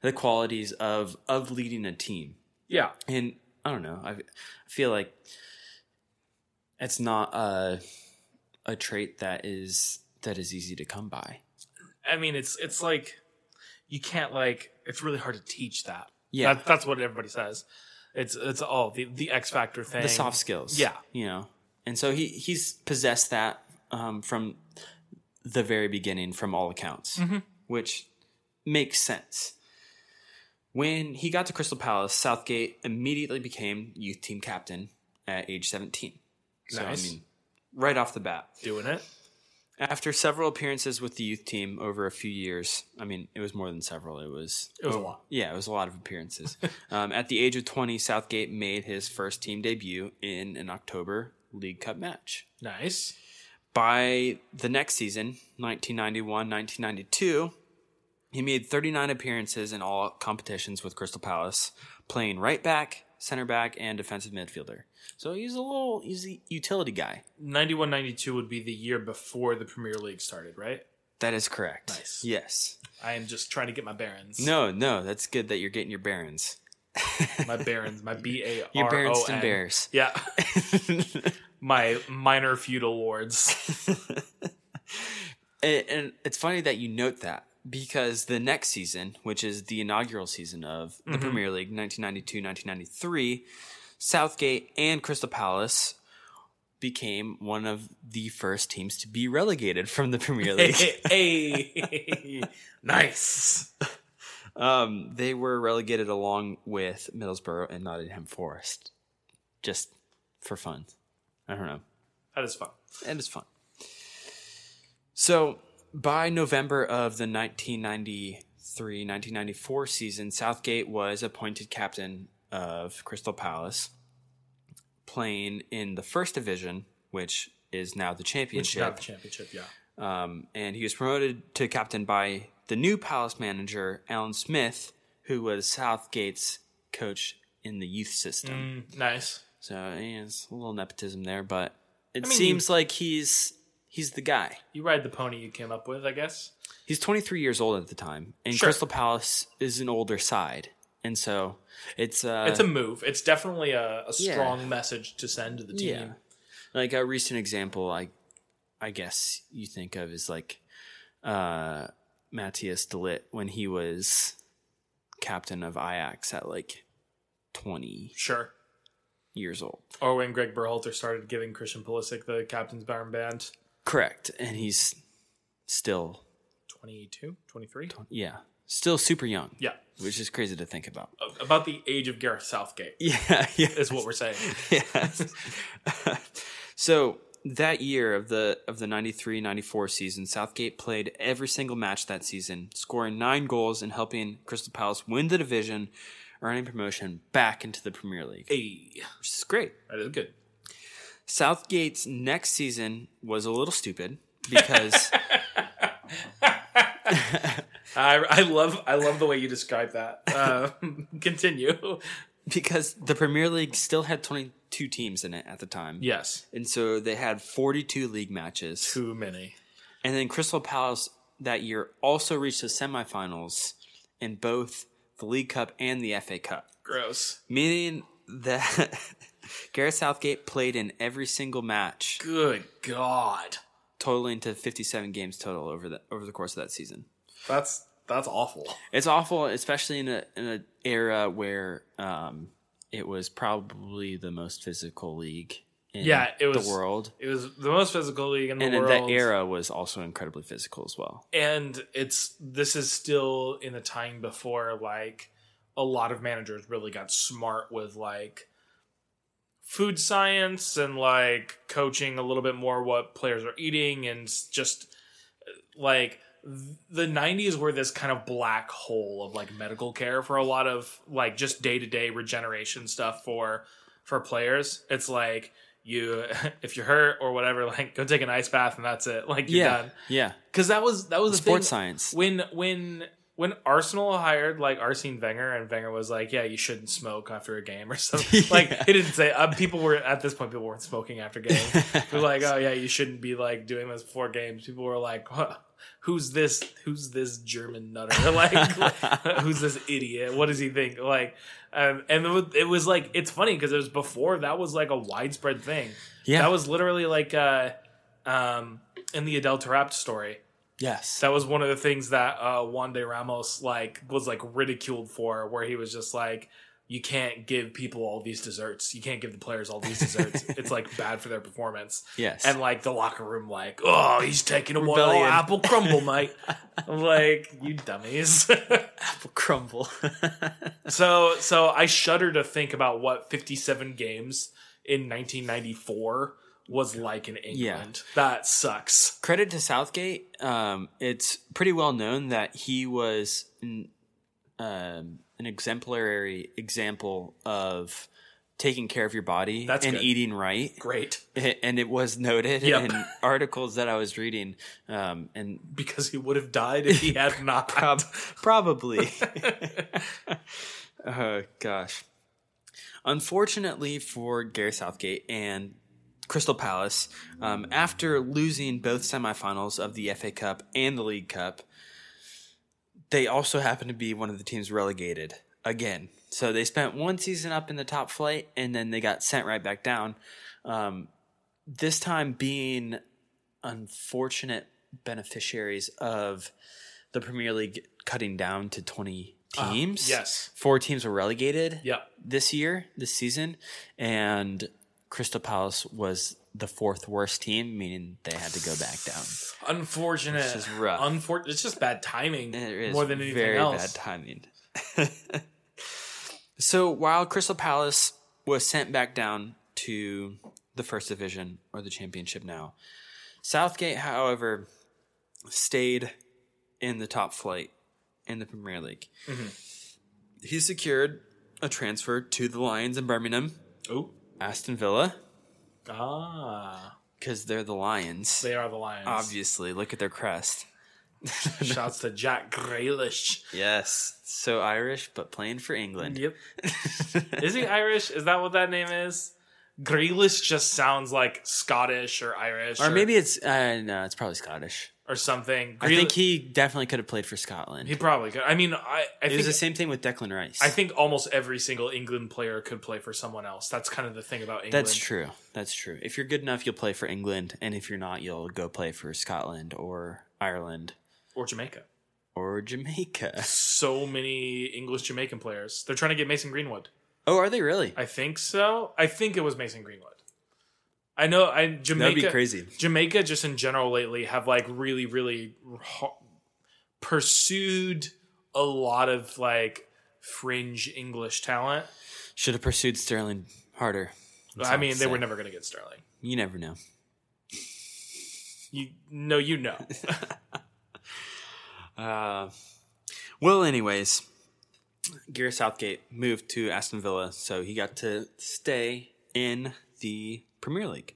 [SPEAKER 2] the qualities of of leading a team.
[SPEAKER 1] Yeah.
[SPEAKER 2] And I don't know, I, I feel like it's not a a trait that is that is easy to come by.
[SPEAKER 1] I mean, it's it's like you can't like it's really hard to teach that.
[SPEAKER 2] Yeah.
[SPEAKER 1] That, that's what everybody says. It's it's all the the X factor thing.
[SPEAKER 2] the soft skills.
[SPEAKER 1] Yeah.
[SPEAKER 2] you know, and so he he's possessed that um, from the very beginning, from all accounts,
[SPEAKER 1] Mm-hmm.
[SPEAKER 2] which makes sense. When he got to Crystal Palace, Southgate immediately became youth team captain at age seventeen. So
[SPEAKER 1] Nice.
[SPEAKER 2] I mean, right off the bat,
[SPEAKER 1] doing it.
[SPEAKER 2] after several appearances with the youth team over a few years, I mean, it was more than several. It was
[SPEAKER 1] It was a lot.
[SPEAKER 2] yeah, it was a lot of appearances. um, at the age of 20, Southgate made his first team debut in an October League Cup match.
[SPEAKER 1] Nice.
[SPEAKER 2] By the next season, 1991 1992, he made 39 appearances in all competitions with Crystal Palace, playing right back, center back, and defensive midfielder. So he's a little, he's a utility guy.
[SPEAKER 1] 91 92 would be the year before the Premier League started, right?
[SPEAKER 2] That is correct.
[SPEAKER 1] Nice.
[SPEAKER 2] Yes.
[SPEAKER 1] I am just trying to get my barons.
[SPEAKER 2] No, no, that's good that you're getting your barons.
[SPEAKER 1] My barons, my B A R O N.
[SPEAKER 2] Your Berenstain Bears.
[SPEAKER 1] Yeah. my minor feudal lords.
[SPEAKER 2] And, and it's funny that you note that because the next season, which is the inaugural season of the
[SPEAKER 1] Mm-hmm.
[SPEAKER 2] Premier League 1992 1993, Southgate and Crystal Palace became one of the first teams to be relegated from the Premier League.
[SPEAKER 1] hey. nice.
[SPEAKER 2] um, they were relegated along with Middlesbrough and Nottingham Forest just for fun. I don't know.
[SPEAKER 1] That is fun.
[SPEAKER 2] and it's fun. So by November of the 1993-1994 season, Southgate was appointed captain of Crystal Palace, playing in the first division, which is now the
[SPEAKER 1] Which got
[SPEAKER 2] championship.
[SPEAKER 1] the championship, yeah.
[SPEAKER 2] Um, and he was promoted to captain by the new Palace manager, Alan Smith, who was Southgate's coach in the youth system.
[SPEAKER 1] Mm, nice.
[SPEAKER 2] So yeah, it's a little nepotism there, but it
[SPEAKER 1] mean,
[SPEAKER 2] seems like he's he's the guy.
[SPEAKER 1] You ride the pony you came up with, I guess.
[SPEAKER 2] He's 23 years old at the time, and
[SPEAKER 1] Sure.
[SPEAKER 2] Crystal Palace is an older side, and so it's uh,
[SPEAKER 1] It's a move. It's definitely a, a
[SPEAKER 2] Yeah.
[SPEAKER 1] strong message to send to the team.
[SPEAKER 2] yeah. Like a recent example, I I guess you think of is like uh, Matthias De Ligt when he was captain of Ajax at like 20
[SPEAKER 1] Sure.
[SPEAKER 2] years old.
[SPEAKER 1] Or when Greg Berhalter started giving Christian Pulisic the captain's band,
[SPEAKER 2] Correct, and he's still
[SPEAKER 1] 22, 23?
[SPEAKER 2] yeah, still super young.
[SPEAKER 1] Yeah.
[SPEAKER 2] which is crazy to think about.
[SPEAKER 1] About the age of Gareth Southgate
[SPEAKER 2] Yeah, yeah,
[SPEAKER 1] is what we're saying.
[SPEAKER 2] yes. so that year of the of the 93-94 season, Southgate played every single match that season, scoring 9 goals and helping Crystal Palace win the division, earning promotion back into the Premier League.
[SPEAKER 1] hey.
[SPEAKER 2] Which is great.
[SPEAKER 1] That is good.
[SPEAKER 2] Southgate's next season was a little stupid because
[SPEAKER 1] I, I love I love the way you describe that. Uh, continue.
[SPEAKER 2] because the Premier League still had 22 teams in it at the time.
[SPEAKER 1] Yes.
[SPEAKER 2] And so they had 42 league matches.
[SPEAKER 1] Too many.
[SPEAKER 2] And then Crystal Palace that year also reached the semifinals in both the League Cup and the FA Cup,
[SPEAKER 1] Gross.
[SPEAKER 2] meaning that Gareth Southgate played in every single match,
[SPEAKER 1] Good God.
[SPEAKER 2] totaling to 57 games total over the over the course of that season.
[SPEAKER 1] That's that's awful.
[SPEAKER 2] It's awful, especially in a in an era where um, it was probably the most physical league in
[SPEAKER 1] Yeah, it was-
[SPEAKER 2] the world.
[SPEAKER 1] It was the most physical league in the
[SPEAKER 2] And
[SPEAKER 1] world.
[SPEAKER 2] that era was also incredibly physical as well.
[SPEAKER 1] and it's this is still in the time before like a lot of managers really got smart with like food science and like coaching a little bit more what players are eating and s- just uh, like th- the 90s were this kind of black hole of like medical care for a lot of like just day-to-day regeneration stuff for for players it's like you if you're hurt or whatever like go take an ice bath and that's it like you're
[SPEAKER 2] yeah,
[SPEAKER 1] done
[SPEAKER 2] yeah.
[SPEAKER 1] because that was that was the
[SPEAKER 2] Sports
[SPEAKER 1] thing.
[SPEAKER 2] science.
[SPEAKER 1] When when when Arsenal hired like Arsene Wenger and Wenger was like, "Yeah, you shouldn't smoke after a game or something." Like
[SPEAKER 2] Yeah.
[SPEAKER 1] he didn't say uh, people were at this point people weren't smoking after games. They were like, "Oh yeah, you shouldn't be like doing this before games." People were like, huh, "Who's this? Who's this German nutter? Like, who's this idiot? What does he think?" Like, um, and it was, it was like it's funny because it was before that was like a widespread thing.
[SPEAKER 2] yeah.
[SPEAKER 1] That was literally like uh, um, in the Adele Tarapt story.
[SPEAKER 2] yes.
[SPEAKER 1] That was one of the things that uh, Juan de Ramos like was like ridiculed for, where he was just like, "You can't give people all these desserts. You can't give the players all these desserts. it's like bad for their performance."
[SPEAKER 2] yes.
[SPEAKER 1] And like the locker room, like, "Oh, he's taking a one
[SPEAKER 2] Rebellion.
[SPEAKER 1] apple crumble, mate." I'm like, "You dummies."
[SPEAKER 2] apple crumble.
[SPEAKER 1] so, so I shudder to think about what 57 games in 1994 was like in England. That sucks.
[SPEAKER 2] Credit to Southgate. Um, it's pretty well known that he was an, um, an exemplary example of taking care of your body
[SPEAKER 1] That's
[SPEAKER 2] and
[SPEAKER 1] good.
[SPEAKER 2] eating right.
[SPEAKER 1] Great,
[SPEAKER 2] And it was noted
[SPEAKER 1] Yep.
[SPEAKER 2] in articles that I was reading, um, and
[SPEAKER 1] because he would have died if he had not.
[SPEAKER 2] Prob- probably. oh gosh. Unfortunately for Gary Southgate and Crystal Palace, um, after losing both semifinals of the FA Cup and the League Cup, they also happened to be one of the teams relegated again. So they spent one season up in the top flight, and then they got sent right back down. Um, this time being unfortunate beneficiaries of the Premier League cutting down to 20 teams.
[SPEAKER 1] Uh, yes.
[SPEAKER 2] Four teams were relegated
[SPEAKER 1] Yeah.
[SPEAKER 2] this year, this season, and Crystal Palace was the fourth worst team, meaning they had to go back down.
[SPEAKER 1] Unfortunate.
[SPEAKER 2] Which is rough.
[SPEAKER 1] Unfor- it's just bad timing
[SPEAKER 2] It is
[SPEAKER 1] more than anything
[SPEAKER 2] very
[SPEAKER 1] else.
[SPEAKER 2] bad timing. so while Crystal Palace was sent back down to the first division or the championship now, Southgate, however, stayed in the top flight in the Premier League.
[SPEAKER 1] Mm-hmm.
[SPEAKER 2] He secured a transfer to the Lions in Birmingham,
[SPEAKER 1] Oh.
[SPEAKER 2] Aston Villa,
[SPEAKER 1] Ah.
[SPEAKER 2] because they're the Lions.
[SPEAKER 1] They are the Lions.
[SPEAKER 2] Obviously, look at their crest.
[SPEAKER 1] Shouts to Jack Grealish.
[SPEAKER 2] Yes, so Irish, but playing for England.
[SPEAKER 1] Yep. Is he Irish? Is that what that name is? Grealish just sounds like Scottish or Irish
[SPEAKER 2] Or maybe it's uh, no, it's probably Scottish.
[SPEAKER 1] or something.
[SPEAKER 2] I think
[SPEAKER 1] Grealish-
[SPEAKER 2] he definitely could have played for Scotland.
[SPEAKER 1] he probably could. I mean, I, I
[SPEAKER 2] it
[SPEAKER 1] think
[SPEAKER 2] was the same thing with Declan Rice.
[SPEAKER 1] I think almost every single England player could play for someone else. That's kind of the thing about England.
[SPEAKER 2] that's true. That's true. If you're good enough, you'll play for England, and if you're not, you'll go play for Scotland or Ireland
[SPEAKER 1] Or Jamaica.
[SPEAKER 2] or Jamaica.
[SPEAKER 1] So many English Jamaican players. They're trying to get Mason Greenwood.
[SPEAKER 2] Oh, are they really?
[SPEAKER 1] I think so. I think it was Mason Greenwood. I know. I Jamaica.
[SPEAKER 2] That'd be crazy.
[SPEAKER 1] Jamaica just in general lately have like really, really ho- pursued a lot of like fringe English talent.
[SPEAKER 2] Should have pursued Sterling harder. That's
[SPEAKER 1] I
[SPEAKER 2] all
[SPEAKER 1] mean,
[SPEAKER 2] I'd
[SPEAKER 1] they were
[SPEAKER 2] say.
[SPEAKER 1] never going to get Sterling.
[SPEAKER 2] You never know.
[SPEAKER 1] You no, you know.
[SPEAKER 2] Uh, well, anyways, Gareth Southgate moved to Aston Villa, so he got to stay in the Premier League.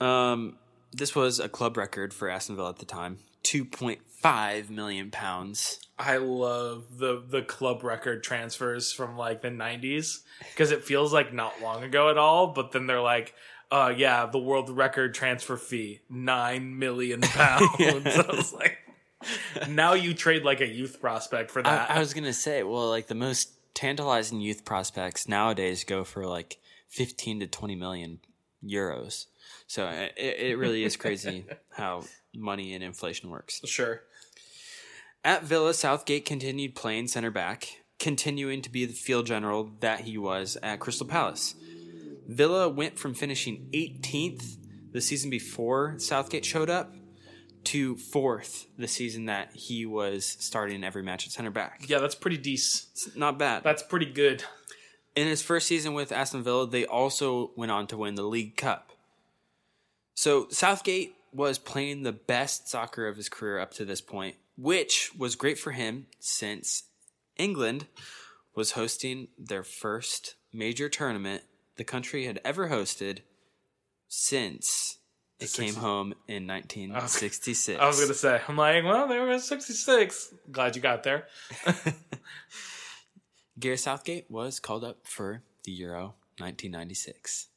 [SPEAKER 2] Um, this was a club record for Aston Villa at the time: two point five million pounds.
[SPEAKER 1] I love the the club record transfers from like the 90s because it feels like not long ago at all. But then they're like, uh, yeah, the world record transfer fee nine million pounds. I was like, now you trade like a youth prospect for that.
[SPEAKER 2] I, I was gonna say, well, like the most tantalizing youth prospects nowadays go for like fifteen to twenty million euros. So i- it, it really is crazy how money and inflation works.
[SPEAKER 1] sure.
[SPEAKER 2] At Villa, Southgate continued playing center back, continuing to be the field general that he was at Crystal Palace. Villa went from finishing 18th the season before Southgate showed up to fourth the season that he was starting every match at center back.
[SPEAKER 1] Yeah, that's pretty decent.
[SPEAKER 2] It's not bad.
[SPEAKER 1] That's pretty good.
[SPEAKER 2] In his first season with Aston Villa, they also went on to win the League Cup. So Southgate was playing the best soccer of his career up to this point, which was great for him since England was hosting their first major tournament the country had ever hosted since It came home in 1966.
[SPEAKER 1] I was gonna say, I'm like, well, they were 66. Glad you got there.
[SPEAKER 2] Gareth Southgate was called up for the Euro 1996.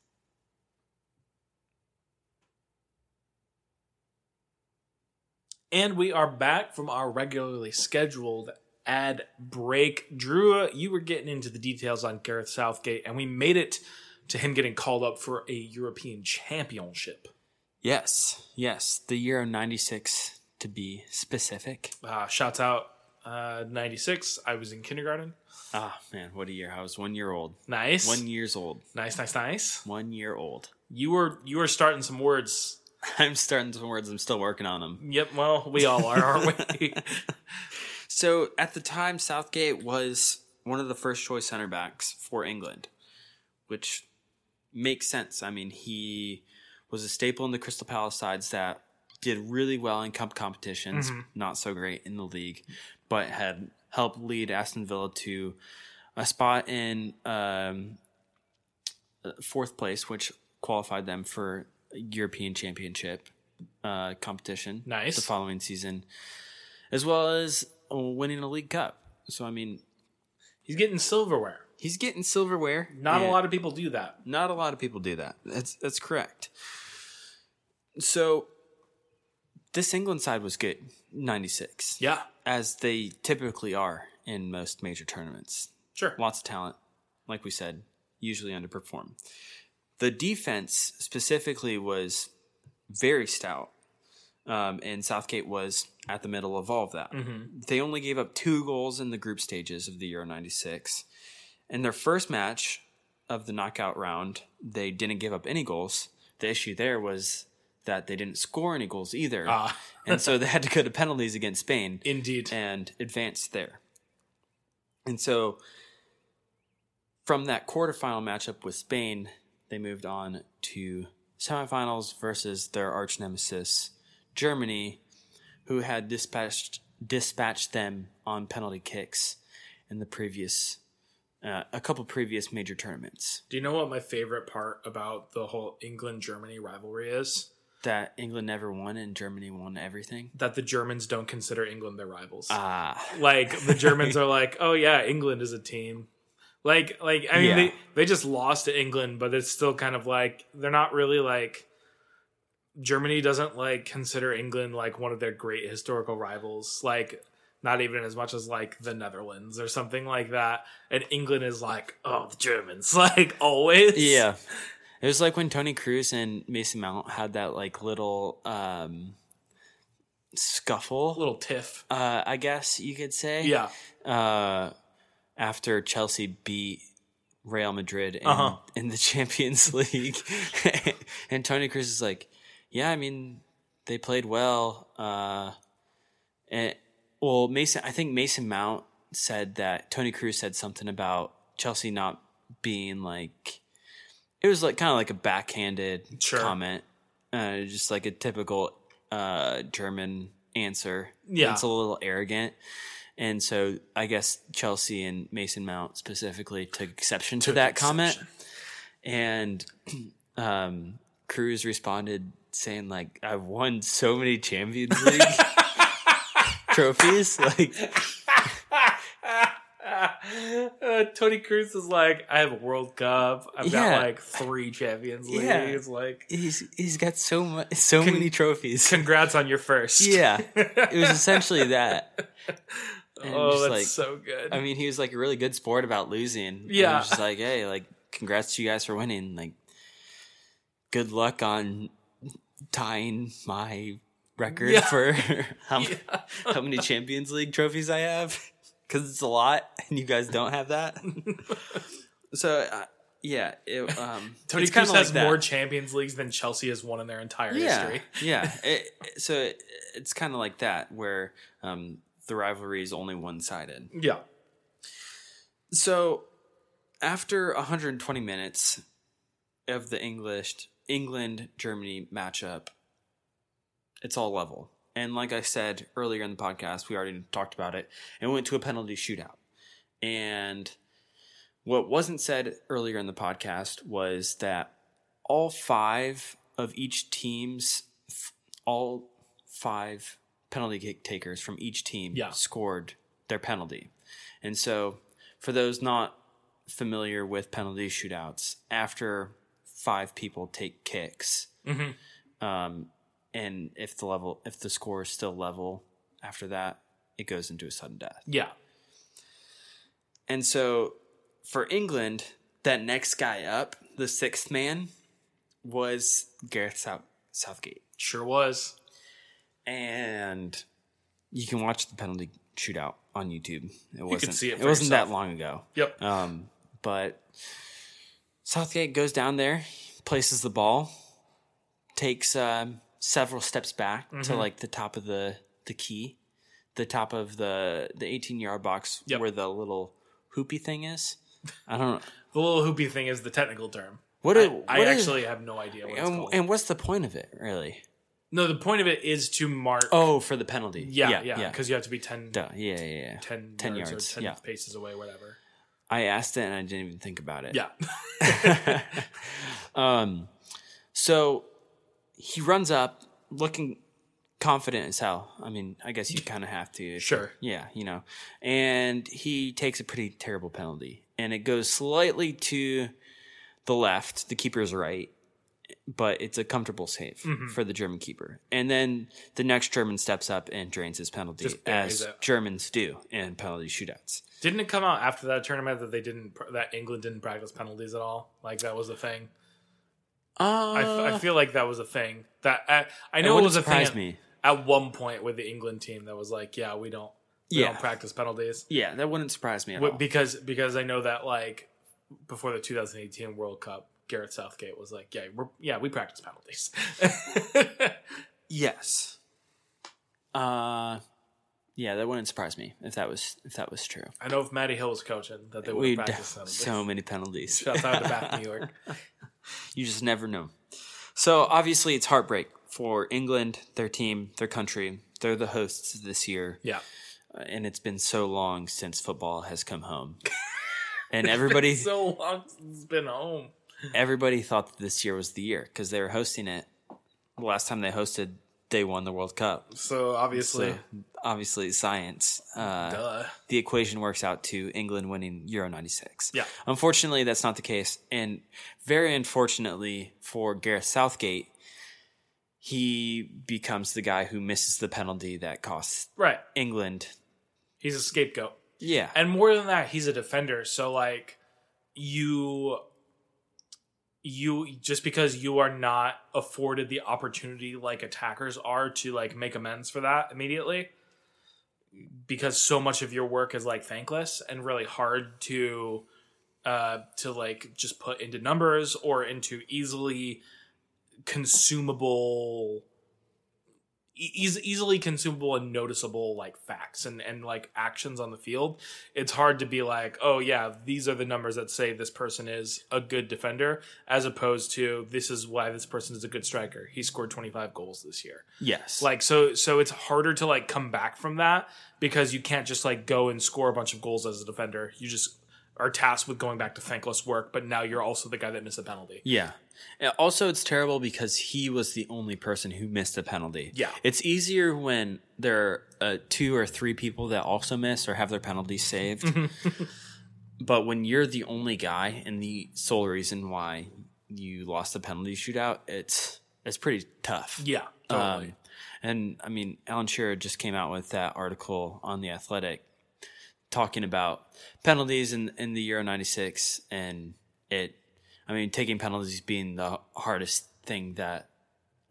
[SPEAKER 1] And we are back from our regularly scheduled ad break. Drew, you were getting into the details on Gareth Southgate, and we made it to him getting called up for a European championship.
[SPEAKER 2] Yes, yes, the Euro 96 to be specific.
[SPEAKER 1] Uh, shouts out uh, 96. I was in kindergarten.
[SPEAKER 2] Ah, man, what a year. I was one year old.
[SPEAKER 1] Nice.
[SPEAKER 2] One years old.
[SPEAKER 1] nice, nice, nice.
[SPEAKER 2] One year old.
[SPEAKER 1] You were you were starting some words.
[SPEAKER 2] I'm starting some words. I'm still working on them.
[SPEAKER 1] Yep, well, we all are, aren't we?
[SPEAKER 2] So at the time, Southgate was one of the first choice center backs for England, which makes sense. I mean, he was a staple in the Crystal Palace sides that did really well in cup competitions,
[SPEAKER 1] Mm-hmm.
[SPEAKER 2] not so great in the league, but had helped lead Aston Villa to a spot in um, uh, fourth place, which qualified them for European Championship uh, competition.
[SPEAKER 1] Nice.
[SPEAKER 2] The following season, as well as uh, winning a League Cup. So I mean,
[SPEAKER 1] He's getting silverware.
[SPEAKER 2] he's getting silverware.
[SPEAKER 1] Not a
[SPEAKER 2] and-
[SPEAKER 1] lot of people do that.
[SPEAKER 2] not a lot of people do that. That's that's correct. So this England side was good, ninety six,
[SPEAKER 1] Yeah,
[SPEAKER 2] as they typically are in most major tournaments.
[SPEAKER 1] sure.
[SPEAKER 2] Lots of talent, like we said, usually underperform. The defense specifically was very stout, um, and Southgate was at the middle of all of that. They only gave up two goals in the group stages of the Euro 96. In their first match of the knockout round, they didn't give up any goals. The issue there was that they didn't score any goals either.
[SPEAKER 1] Ah.
[SPEAKER 2] and so they had to go to penalties against Spain
[SPEAKER 1] Indeed.
[SPEAKER 2] and advanced there. And so from that quarterfinal matchup with Spain, they moved on to semifinals versus their arch nemesis, Germany, who had dispatched dispatched them on penalty kicks in the previous uh, a couple previous major tournaments
[SPEAKER 1] Do you know what my favorite part about the whole England Germany rivalry is?
[SPEAKER 2] that England never won and Germany won everything.
[SPEAKER 1] That the Germans don't consider England their rivals.
[SPEAKER 2] Ah,
[SPEAKER 1] like the Germans are like, oh yeah, England is a team. Like, like I mean,
[SPEAKER 2] Yeah.
[SPEAKER 1] they they just lost to England, but it's still kind of like they're not really like Germany doesn't like consider England like one of their great historical rivals. Like, not even as much as like the Netherlands or something like that. And England is like, oh, the Germans, like always.
[SPEAKER 2] Yeah. It was like when Tony Cruz and Mason Mount had that like little um scuffle,
[SPEAKER 1] little tiff.
[SPEAKER 2] uh, I guess you could say.
[SPEAKER 1] Yeah,
[SPEAKER 2] Uh after Chelsea beat Real Madrid in,
[SPEAKER 1] Uh-huh.
[SPEAKER 2] in the Champions League. and Tony Cruz is like, Yeah, I mean, they played well. Uh and well, Mason I think Mason Mount said that Tony Cruz said something about Chelsea not being like it was like kind of like a backhanded
[SPEAKER 1] Sure.
[SPEAKER 2] comment, uh, just like a typical uh, German answer.
[SPEAKER 1] Yeah.
[SPEAKER 2] it's a little arrogant, and so I guess Chelsea and Mason Mount specifically took exception to
[SPEAKER 1] Took
[SPEAKER 2] that comment,
[SPEAKER 1] exception.
[SPEAKER 2] and um, Cruz responded saying like, "I've won so many Champions League trophies, like."
[SPEAKER 1] uh, Tony Cruz is like, I have a World Cup. I've
[SPEAKER 2] Yeah.
[SPEAKER 1] got like three Champions Leagues.
[SPEAKER 2] Yeah.
[SPEAKER 1] Like,
[SPEAKER 2] He's he's got so much so
[SPEAKER 1] Con-
[SPEAKER 2] many trophies.
[SPEAKER 1] congrats on your first.
[SPEAKER 2] Yeah, it was essentially that. And
[SPEAKER 1] oh,
[SPEAKER 2] just
[SPEAKER 1] that's
[SPEAKER 2] like,
[SPEAKER 1] so good.
[SPEAKER 2] I mean, he was like a really good sport about
[SPEAKER 1] Yeah.
[SPEAKER 2] losing. and he was just like, hey, like, congrats to you guys for winning. Like, good luck on tying my record
[SPEAKER 1] Yeah.
[SPEAKER 2] for how, m-
[SPEAKER 1] Yeah.
[SPEAKER 2] how many Champions League trophies I have, because it's a lot, and you guys don't have that. so, uh, yeah, it, um,
[SPEAKER 1] Tony
[SPEAKER 2] it's
[SPEAKER 1] Cruz
[SPEAKER 2] kinda
[SPEAKER 1] has
[SPEAKER 2] like that.
[SPEAKER 1] more Champions Leagues than Chelsea has won in their entire history.
[SPEAKER 2] yeah. It, it- so it, it's kind of like that, where um, the rivalry is only one sided.
[SPEAKER 1] Yeah.
[SPEAKER 2] So after 120 minutes of the English England Germany matchup, it's all level. And like I said earlier in the podcast, we already talked about it. It went to a penalty shootout. And what wasn't said earlier in the podcast was that all five of each team's f- all five penalty kick takers from each team
[SPEAKER 1] Yeah.
[SPEAKER 2] scored their penalty. And so, for those not familiar with penalty shootouts, after five people take kicks,
[SPEAKER 1] Mm-hmm.
[SPEAKER 2] um, and if the level if the score is still level after that, it goes into a sudden death.
[SPEAKER 1] Yeah.
[SPEAKER 2] And so for England, that next guy up, the sixth man, was Gareth South- Southgate.
[SPEAKER 1] Sure was.
[SPEAKER 2] And you can watch the penalty shootout on YouTube. It wasn't,
[SPEAKER 1] see it for
[SPEAKER 2] wasn't
[SPEAKER 1] yourself.
[SPEAKER 2] that long ago.
[SPEAKER 1] Yep.
[SPEAKER 2] Um, but Southgate goes down there, places the ball, takes um, several steps back
[SPEAKER 1] Mm-hmm.
[SPEAKER 2] to like the top of the the key, the top of the the eighteen yard box
[SPEAKER 1] Yep.
[SPEAKER 2] where the little hoopy thing is. I don't.
[SPEAKER 1] the little hoopy thing is the technical term.
[SPEAKER 2] What
[SPEAKER 1] I,
[SPEAKER 2] it-
[SPEAKER 1] I
[SPEAKER 2] what is-
[SPEAKER 1] actually have no idea what it's
[SPEAKER 2] And,
[SPEAKER 1] called.
[SPEAKER 2] and what's the point of it, really?
[SPEAKER 1] no, the point of it is to mark.
[SPEAKER 2] Oh, for the penalty.
[SPEAKER 1] yeah, yeah,
[SPEAKER 2] yeah.
[SPEAKER 1] because you have to be 10,
[SPEAKER 2] Duh, yeah, yeah, yeah.
[SPEAKER 1] 10,
[SPEAKER 2] 10
[SPEAKER 1] yards,
[SPEAKER 2] yards,
[SPEAKER 1] or 10
[SPEAKER 2] yeah.
[SPEAKER 1] paces away, whatever.
[SPEAKER 2] I asked it and I didn't even think about it.
[SPEAKER 1] Yeah.
[SPEAKER 2] um, so he runs up looking confident as hell. I mean, I guess you kind of have to. if-
[SPEAKER 1] Sure.
[SPEAKER 2] Yeah, you know. And he takes a pretty terrible penalty. And it goes slightly to the left. The keeper's right. But it's a comfortable save
[SPEAKER 1] Mm-hmm.
[SPEAKER 2] for the German keeper. And then the next German steps up and drains his penalty,
[SPEAKER 1] Just buries
[SPEAKER 2] as
[SPEAKER 1] it.
[SPEAKER 2] Germans do in penalty shootouts.
[SPEAKER 1] Didn't it come out after that tournament that they didn't, pr- that England didn't practice penalties at all? Like that was the thing.
[SPEAKER 2] Uh,
[SPEAKER 1] I, f- I feel like that was a thing that I, I know it,
[SPEAKER 2] wouldn't
[SPEAKER 1] was a thing
[SPEAKER 2] surprise
[SPEAKER 1] at,
[SPEAKER 2] me.
[SPEAKER 1] at one point with the England team that was like, yeah, we don't, we
[SPEAKER 2] Yeah.
[SPEAKER 1] don't practice penalties
[SPEAKER 2] yeah, that wouldn't surprise me at
[SPEAKER 1] Wh-
[SPEAKER 2] all.
[SPEAKER 1] because because I know that like before the 2018 World Cup, Garrett Southgate was like, yeah, we're, yeah, we practice penalties.
[SPEAKER 2] Yes. Uh yeah, that wouldn't surprise me if that was if that was true.
[SPEAKER 1] I know if Matty Hill was coaching that they would
[SPEAKER 2] We'd
[SPEAKER 1] have
[SPEAKER 2] have
[SPEAKER 1] practiced penalties.
[SPEAKER 2] so many penalties.
[SPEAKER 1] Shouts out to Bath, New York.
[SPEAKER 2] You just never know. So obviously it's heartbreak for England, their team, their country. They're the hosts this year,
[SPEAKER 1] Yeah,
[SPEAKER 2] uh, and it's been so long since football has come home. and everybody
[SPEAKER 1] so long since it's been home.
[SPEAKER 2] everybody thought that this year was the year because they were hosting it. The last time they hosted, they won the World Cup.
[SPEAKER 1] So obviously,
[SPEAKER 2] So obviously science. Uh
[SPEAKER 1] duh.
[SPEAKER 2] the equation works out to England winning Euro 96.
[SPEAKER 1] Yeah.
[SPEAKER 2] Unfortunately, that's not the case. And very unfortunately for Gareth Southgate, he becomes the guy who misses the penalty that costs
[SPEAKER 1] right.
[SPEAKER 2] England.
[SPEAKER 1] He's a scapegoat.
[SPEAKER 2] Yeah.
[SPEAKER 1] and more than that he's a defender so like you you just because you are not afforded the opportunity like attackers are to like make amends for that immediately because so much of your work is like thankless and really hard to uh to like just put into numbers or into easily consumable e- eas- easily consumable and noticeable like facts and and like actions on the field it's hard to be like oh yeah these are the numbers that say this person is a good defender as opposed to this is why this person is a good striker he scored 25 goals this year
[SPEAKER 2] yes.
[SPEAKER 1] like so so it's harder to like come back from that because you can't just like go and score a bunch of goals as a defender you just are tasked with going back to thankless work but now you're also the guy that missed a penalty
[SPEAKER 2] yeah. And Also, it's terrible because he was the only person who missed a penalty.
[SPEAKER 1] Yeah.
[SPEAKER 2] It's easier when there are uh, two or three people that also miss or have their penalties saved.
[SPEAKER 1] Mm-hmm.
[SPEAKER 2] but when you're the only guy and the sole reason why you lost the penalty shootout, it's it's pretty tough.
[SPEAKER 1] yeah totally
[SPEAKER 2] Um, and I mean, Alan Shearer just came out with that article on the Athletic talking about penalties in in the Euro '96, and it. I mean, taking penalties being the hardest thing that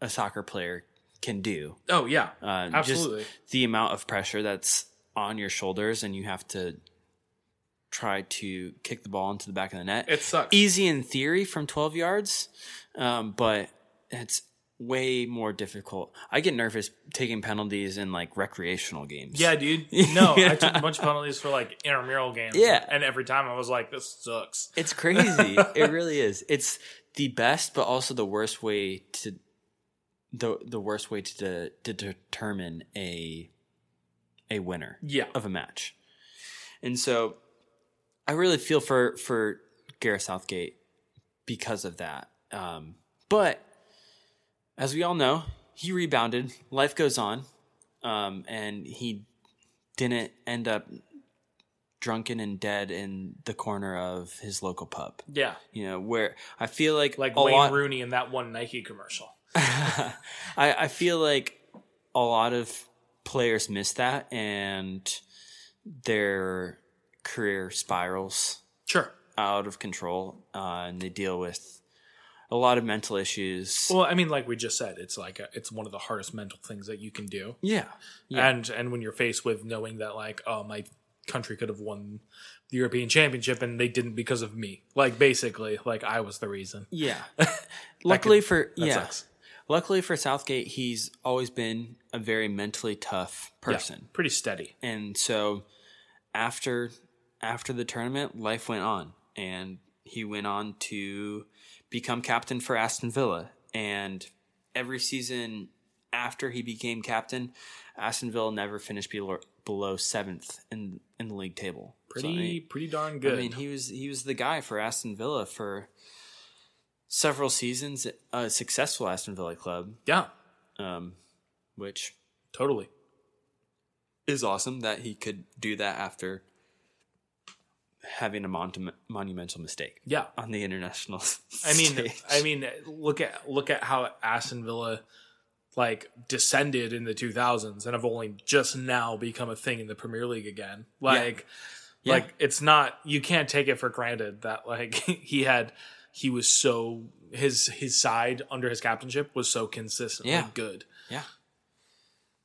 [SPEAKER 2] a soccer player can do.
[SPEAKER 1] oh yeah
[SPEAKER 2] Uh,
[SPEAKER 1] absolutely
[SPEAKER 2] Just the amount of pressure that's on your shoulders, and you have to try to kick the ball into the back of the net
[SPEAKER 1] it sucks
[SPEAKER 2] easy in theory from 12 yards, um, but it's way more difficult. I get nervous taking penalties in like recreational games.
[SPEAKER 1] Yeah, dude. No, I took a bunch of penalties for like intramural games.
[SPEAKER 2] Yeah.
[SPEAKER 1] And every time I was like, this sucks.
[SPEAKER 2] It's crazy. it really is. It's the best, but also the worst way to the the worst way to de- to determine a a winner
[SPEAKER 1] Yeah.
[SPEAKER 2] of a match. And so I really feel for for Gareth Southgate because of that. Um, but as we all know, he rebounded. Life goes on, um, and he didn't end up drunken and dead in the corner of his local pub.
[SPEAKER 1] Yeah,
[SPEAKER 2] You know where I feel like
[SPEAKER 1] like
[SPEAKER 2] a
[SPEAKER 1] Wayne
[SPEAKER 2] lot-
[SPEAKER 1] Rooney in that one Nike commercial.
[SPEAKER 2] I, I feel like a lot of players miss that and their career spirals
[SPEAKER 1] Sure.
[SPEAKER 2] out of control uh, and they deal with a lot of mental issues.
[SPEAKER 1] Well, I mean, like we just said, it's like a, it's one of the hardest mental things that you can do,
[SPEAKER 2] yeah. Yeah.
[SPEAKER 1] and and when you're faced with knowing that, like, oh, my country could have won the European Championship and they didn't because of me. Like, basically, like I was the reason.
[SPEAKER 2] Yeah. Luckily
[SPEAKER 1] could-
[SPEAKER 2] for
[SPEAKER 1] That
[SPEAKER 2] yeah.
[SPEAKER 1] sucks.
[SPEAKER 2] Luckily for Southgate, he's always been a very mentally tough person.
[SPEAKER 1] Yeah, pretty steady.
[SPEAKER 2] and so after after the tournament life went on and he went on to become captain for Aston Villa and every season after he became captain Aston Villa never finished below, below 7th in in the league table So, I
[SPEAKER 1] Pretty
[SPEAKER 2] mean-
[SPEAKER 1] pretty darn good.
[SPEAKER 2] I mean, he was he was the guy for Aston Villa for several seasons, a successful Aston Villa club,
[SPEAKER 1] yeah,
[SPEAKER 2] um, which
[SPEAKER 1] totally.
[SPEAKER 2] is awesome that he could do that after having a mon- monumental mistake
[SPEAKER 1] Yeah.
[SPEAKER 2] on the international.
[SPEAKER 1] I mean,
[SPEAKER 2] stage.
[SPEAKER 1] I mean, look at look at how Aston Villa like descended in the 2000s and have only just now become a thing in the Premier League again. Like,
[SPEAKER 2] Yeah.
[SPEAKER 1] like it's not you can't take it for granted that like he had he was so his his side under his captainship was so consistently
[SPEAKER 2] Yeah.
[SPEAKER 1] good.
[SPEAKER 2] yeah.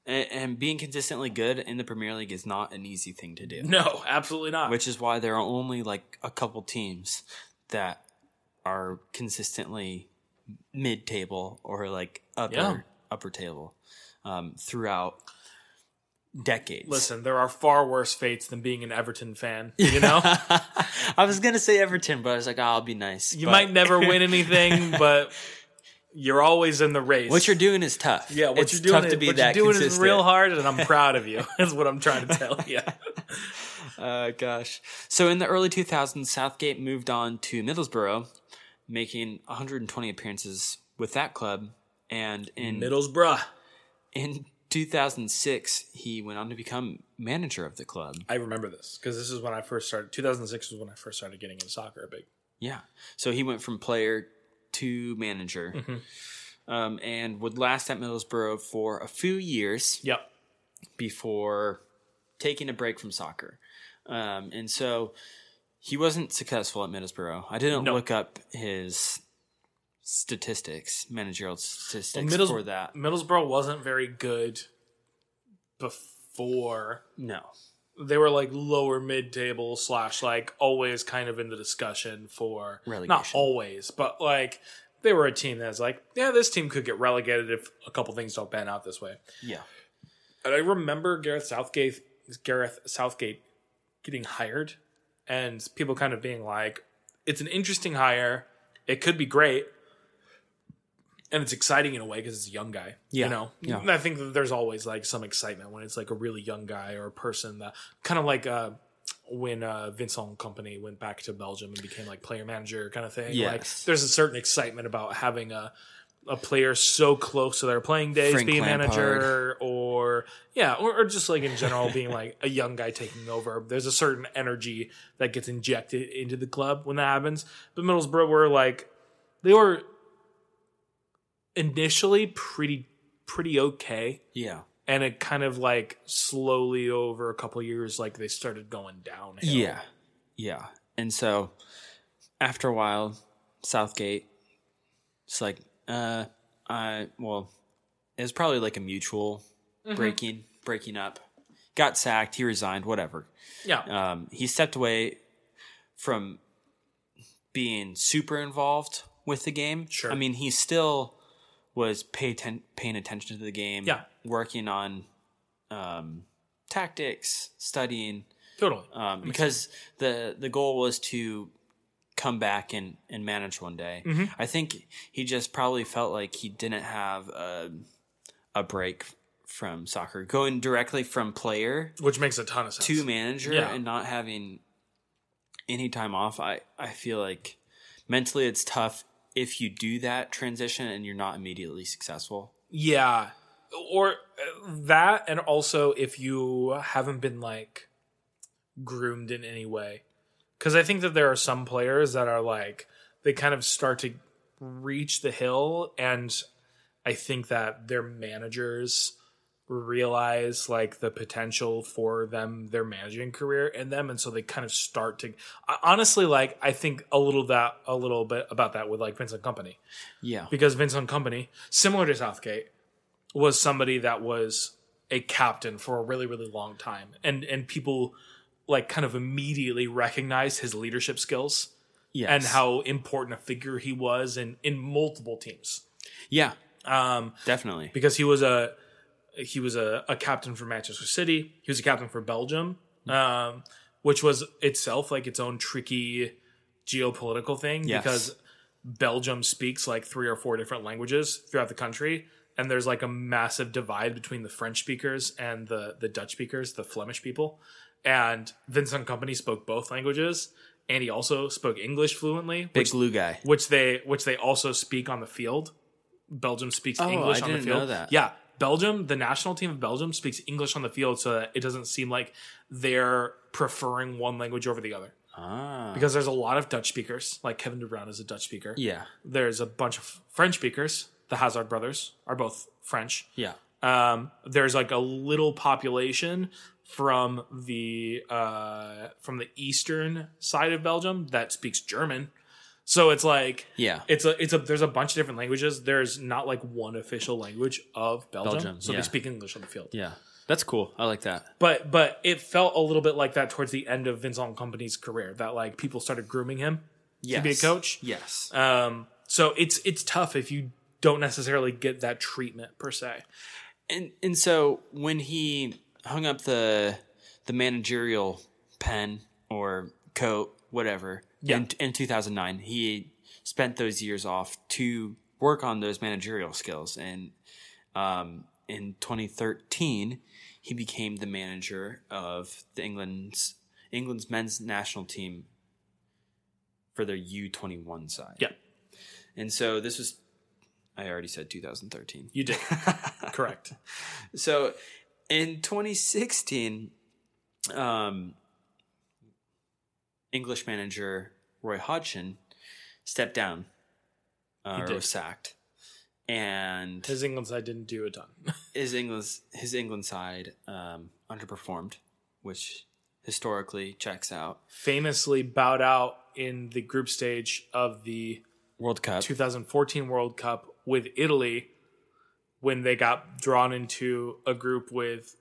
[SPEAKER 2] And, and being consistently good in the Premier League is not an easy thing to do,
[SPEAKER 1] No, absolutely not.
[SPEAKER 2] which is why there are only like a couple teams that are consistently mid-table or like upper
[SPEAKER 1] Yeah.
[SPEAKER 2] upper table um, throughout decades.
[SPEAKER 1] Listen, there are far worse fates than being an Everton fan, you know?
[SPEAKER 2] I was gonna say Everton, but I was like, oh, I'll be nice.
[SPEAKER 1] you
[SPEAKER 2] but-
[SPEAKER 1] might never win anything, but you're always in the race.
[SPEAKER 2] What you're doing is tough.
[SPEAKER 1] Yeah, what
[SPEAKER 2] it's
[SPEAKER 1] you're doing,
[SPEAKER 2] tough
[SPEAKER 1] is,
[SPEAKER 2] to be
[SPEAKER 1] what
[SPEAKER 2] that
[SPEAKER 1] you're doing
[SPEAKER 2] consistent.
[SPEAKER 1] is real hard, and I'm proud of you. is what I'm trying to tell you.
[SPEAKER 2] Uh, gosh. So in the early 2000s, Southgate moved on to Middlesbrough, making 120 appearances with that club, and in
[SPEAKER 1] Middlesbrough.
[SPEAKER 2] in 2006 he went on to become manager of the club.
[SPEAKER 1] I remember this because this is when I first started. 2006 was when I first started getting into soccer. A big
[SPEAKER 2] Yeah. So he went from player to manager.
[SPEAKER 1] Mm-hmm.
[SPEAKER 2] Um, and would last at Middlesbrough for a few years.
[SPEAKER 1] yep.
[SPEAKER 2] before taking a break from soccer. Um, and so he wasn't successful at Middlesbrough. I didn't
[SPEAKER 1] No.
[SPEAKER 2] look up his statistics, managerial statistics
[SPEAKER 1] Middles-
[SPEAKER 2] for that.
[SPEAKER 1] Middlesbrough wasn't very good before.
[SPEAKER 2] No.
[SPEAKER 1] They were like lower mid table slash like always kind of in the discussion for not
[SPEAKER 2] Relegation.
[SPEAKER 1] always, but like they were a team that's like yeah, this team could get relegated if a couple things don't pan out this way.
[SPEAKER 2] Yeah.
[SPEAKER 1] And I remember Gareth Southgate Gareth Southgate getting hired and people kind of being like, it's an interesting hire. It could be great. And it's exciting in a way because it's a young guy.
[SPEAKER 2] Yeah.
[SPEAKER 1] You know?
[SPEAKER 2] Yeah.
[SPEAKER 1] And I think that there's always like some excitement when it's like a really young guy or a person that kind of like uh when uh, Vincent Company went back to Belgium and became like player manager kind of thing. Like
[SPEAKER 2] Yes.
[SPEAKER 1] there's a certain excitement about having a a player so close to their playing days
[SPEAKER 2] Frank
[SPEAKER 1] being
[SPEAKER 2] Lampard.
[SPEAKER 1] manager or yeah or, or just like in general being like a young guy taking over there's a certain energy that gets injected into the club when that happens but middlesbrough were like they were initially pretty pretty okay
[SPEAKER 2] Yeah.
[SPEAKER 1] and it kind of like slowly over a couple years like they started going downhill
[SPEAKER 2] Yeah. Yeah. And so after a while, Southgate, it's like, uh, I, well, it was probably like a mutual
[SPEAKER 1] Mm-hmm.
[SPEAKER 2] breaking, breaking up. Got sacked. He resigned, whatever.
[SPEAKER 1] yeah
[SPEAKER 2] um, he stepped away from being super involved with the game.
[SPEAKER 1] Sure.
[SPEAKER 2] I mean, he still was pay ten- paying attention to the game,
[SPEAKER 1] Yeah.
[SPEAKER 2] working on um, tactics, studying,
[SPEAKER 1] totally
[SPEAKER 2] um, because the the goal was to come back and, and manage one day.
[SPEAKER 1] Mm-hmm.
[SPEAKER 2] I think he just probably felt like he didn't have a, a break from soccer, going directly from player
[SPEAKER 1] which makes a ton of sense
[SPEAKER 2] to manager
[SPEAKER 1] Yeah.
[SPEAKER 2] and not having any time off, I, I feel like mentally it's tough. if you do that transition and you're not immediately successful.
[SPEAKER 1] Yeah. Or uh, that, and also if you haven't been like groomed in any way. Because I think that there are some players that are like, they kind of start to reach the hill. And I think that their managers realize like the potential for them, their managing career in them. And so they kind of start to, I- honestly, like, I think a little that, a little bit about that with like Vincent Company
[SPEAKER 2] Yeah.
[SPEAKER 1] because Vincent Company, similar to Southgate, was somebody that was a captain for a really really long time, and and people like kind of immediately recognized his leadership skills
[SPEAKER 2] Yes.
[SPEAKER 1] and how important a figure he was in in multiple teams.
[SPEAKER 2] Yeah,
[SPEAKER 1] Um,
[SPEAKER 2] definitely.
[SPEAKER 1] because he was a he was a, a captain for Manchester City. He was a captain for Belgium, um, which was itself like its own tricky geopolitical thing
[SPEAKER 2] Yes.
[SPEAKER 1] because Belgium speaks like three or four different languages throughout the country, and there's like a massive divide between the French speakers and the the Dutch speakers, the Flemish people. And Vincent Company spoke both languages, and he also spoke English fluently,
[SPEAKER 2] Big
[SPEAKER 1] which
[SPEAKER 2] blue guy.
[SPEAKER 1] which they which they also speak on the field. Belgium speaks
[SPEAKER 2] Oh,
[SPEAKER 1] English
[SPEAKER 2] I
[SPEAKER 1] on the
[SPEAKER 2] didn't
[SPEAKER 1] field.
[SPEAKER 2] know that.
[SPEAKER 1] Yeah, Belgium, the national team of Belgium speaks English on the field, so that it doesn't seem like they're preferring one language over the other.
[SPEAKER 2] Ah.
[SPEAKER 1] Because there's a lot of Dutch speakers, like Kevin De Bruyne is a Dutch speaker.
[SPEAKER 2] yeah.
[SPEAKER 1] There's a bunch of French speakers. The Hazard brothers are both French.
[SPEAKER 2] Yeah.
[SPEAKER 1] Um, there's like a little population from the uh, from the eastern side of Belgium that speaks German. So it's like
[SPEAKER 2] Yeah.
[SPEAKER 1] it's a it's a there's a bunch of different languages. There's not like one official language of Belgium,
[SPEAKER 2] Belgium,
[SPEAKER 1] so
[SPEAKER 2] yeah.
[SPEAKER 1] they speak English on the field.
[SPEAKER 2] yeah. That's cool. I like that.
[SPEAKER 1] But but it felt a little bit like that towards the end of Vincent Company's career that like people started grooming him to be a
[SPEAKER 2] Yes.
[SPEAKER 1] coach.
[SPEAKER 2] Yes.
[SPEAKER 1] Um, so it's it's tough if you don't necessarily get that treatment per se.
[SPEAKER 2] And and so when he hung up the the managerial pen or coat, whatever,
[SPEAKER 1] Yeah.
[SPEAKER 2] in, in 2009, he spent those years off to work on those managerial skills. And um, in 2013, he became the manager of the England's England's men's national team for their U21 side.
[SPEAKER 1] Yeah,
[SPEAKER 2] And so this was, I already said 2013.
[SPEAKER 1] you did correct.
[SPEAKER 2] So in 2016, um, English manager Roy Hodgson stepped down uh,
[SPEAKER 1] He
[SPEAKER 2] or
[SPEAKER 1] did.
[SPEAKER 2] was sacked, and his,
[SPEAKER 1] His England side didn't do a ton.
[SPEAKER 2] England his England side um, underperformed, which historically checks out.
[SPEAKER 1] Famously bowed out in the group stage of the
[SPEAKER 2] World Cup.
[SPEAKER 1] 2014 World Cup with Italy when they got drawn into a group with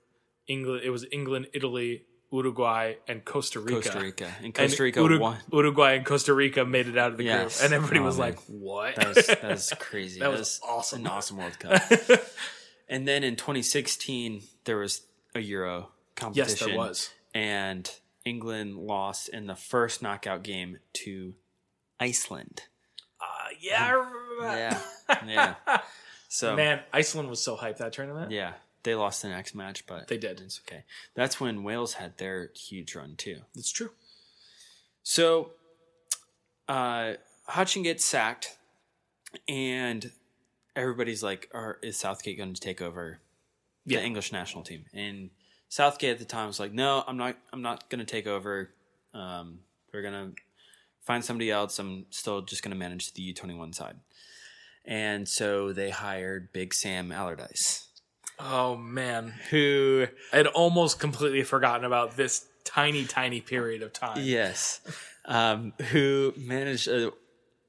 [SPEAKER 1] England. It was England, Italy, Uruguay, and Costa Rica.
[SPEAKER 2] Costa Rica and
[SPEAKER 1] And
[SPEAKER 2] Costa Rica
[SPEAKER 1] Uru-
[SPEAKER 2] won.
[SPEAKER 1] Uruguay and Costa Rica made it out of the
[SPEAKER 2] Yes.
[SPEAKER 1] group, and everybody
[SPEAKER 2] Oh,
[SPEAKER 1] was
[SPEAKER 2] man.
[SPEAKER 1] like, "What?"
[SPEAKER 2] That was, that was crazy.
[SPEAKER 1] That was awesome.
[SPEAKER 2] An awesome World Cup. and then in 2016, there was a Euro competition.
[SPEAKER 1] yes, there was.
[SPEAKER 2] And England lost in the first knockout game to Iceland.
[SPEAKER 1] Uh, yeah, I remember
[SPEAKER 2] Yeah,
[SPEAKER 1] that.
[SPEAKER 2] yeah. So
[SPEAKER 1] man, Iceland was so hyped that tournament.
[SPEAKER 2] yeah, they lost the next match, but
[SPEAKER 1] They did.
[SPEAKER 2] it's okay. That's when Wales had their huge run too.
[SPEAKER 1] It's true.
[SPEAKER 2] So uh Hodgson gets sacked and everybody's like, Are is Southgate going to take over the
[SPEAKER 1] Yeah.
[SPEAKER 2] English national team? And Southgate at the time was like, No, I'm not I'm not gonna take over. Um we're gonna find somebody else. I'm still just gonna manage the U twenty one side. And so they hired Big Sam Allardyce,
[SPEAKER 1] Oh man,
[SPEAKER 2] who
[SPEAKER 1] I had almost completely forgotten about this tiny, tiny period of time.
[SPEAKER 2] Yes. Um, who managed an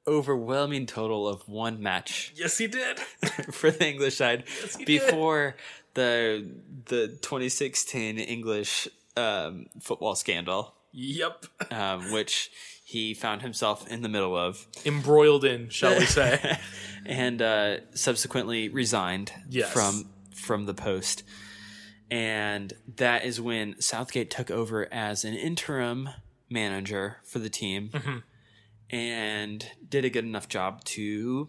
[SPEAKER 2] overwhelming total of one match
[SPEAKER 1] Yes, he did.
[SPEAKER 2] for the English side
[SPEAKER 1] he did.
[SPEAKER 2] before the the 2016 English um, football scandal,
[SPEAKER 1] yep.
[SPEAKER 2] um, which he found himself in the middle of,
[SPEAKER 1] Embroiled in, shall we say.
[SPEAKER 2] and uh, subsequently resigned
[SPEAKER 1] Mm-hmm. Yes.
[SPEAKER 2] from from the post. And that is when Southgate took over as an interim manager for the team.
[SPEAKER 1] Mm-hmm.
[SPEAKER 2] and did a good enough job to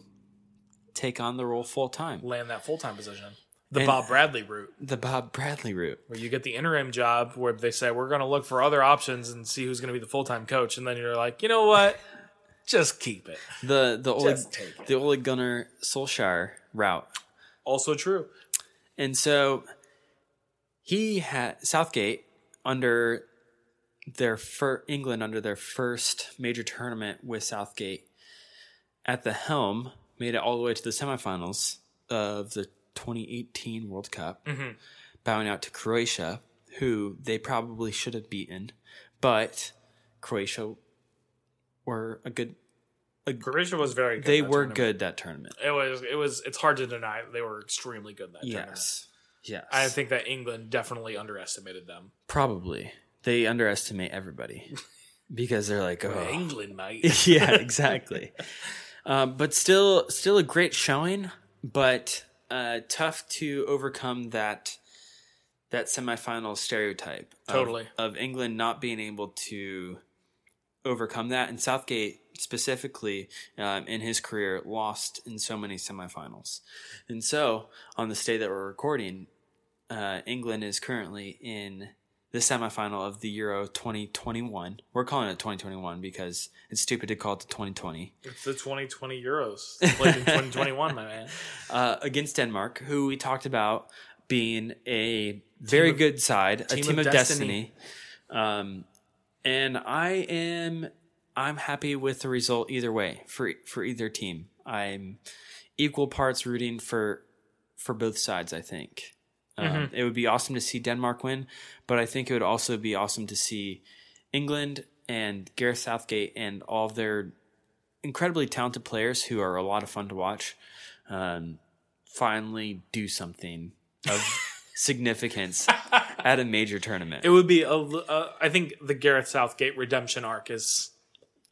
[SPEAKER 2] take on the role full time.
[SPEAKER 1] Land that full time position. The
[SPEAKER 2] And-
[SPEAKER 1] Bob Bradley route,
[SPEAKER 2] The Bob Bradley route.
[SPEAKER 1] where you get the interim job where they say, we're going to look for other options and see who's going to be the full time coach. And then you're like, you know what? Just keep it.
[SPEAKER 2] The the Ole,
[SPEAKER 1] Just take it.
[SPEAKER 2] the Ole Gunnar Solskjaer route.
[SPEAKER 1] Also true.
[SPEAKER 2] And so he had Southgate under their fir- England under their first major tournament with Southgate at the helm made it all the way to the semifinals of the 2018 World Cup,
[SPEAKER 1] Mm-hmm.
[SPEAKER 2] bowing out to Croatia, who they probably should have beaten, but Croatia were a good.
[SPEAKER 1] Croatia was very good.
[SPEAKER 2] They
[SPEAKER 1] that
[SPEAKER 2] were
[SPEAKER 1] tournament.
[SPEAKER 2] good that tournament.
[SPEAKER 1] It was it was it's hard to deny they were extremely good that tournament.
[SPEAKER 2] Yes. Yes.
[SPEAKER 1] I think that England definitely underestimated them.
[SPEAKER 2] Probably. They underestimate everybody because they're like, oh.
[SPEAKER 1] England, mate.
[SPEAKER 2] yeah, exactly. um, but still, still a great showing, but uh, tough to overcome that that semifinal stereotype of-
[SPEAKER 1] Totally.
[SPEAKER 2] of England not being able to overcome that, and Southgate specifically um, in his career lost in so many semifinals, and so on this day that we're recording, uh, England is currently in the semifinal of the Euro 2021. We're calling it 2021 because it's stupid to call it the 2020
[SPEAKER 1] it's the 2020 Euros played in 2021, my man.
[SPEAKER 2] uh, against Denmark, who we talked about being a very
[SPEAKER 1] of-
[SPEAKER 2] good side, a
[SPEAKER 1] team
[SPEAKER 2] team
[SPEAKER 1] of
[SPEAKER 2] of,
[SPEAKER 1] destiny.
[SPEAKER 2] destiny. Um, and I am I'm happy with the result either way for for either team. I'm equal parts rooting for for both sides. I think um, it would be awesome to see Denmark win, but I think it would also be awesome to see England and Gareth Southgate and all of their incredibly talented players who are a lot of fun to watch um, finally do something of significance at a major tournament.
[SPEAKER 1] It would be a. l- Uh, I think the Gareth Southgate redemption arc is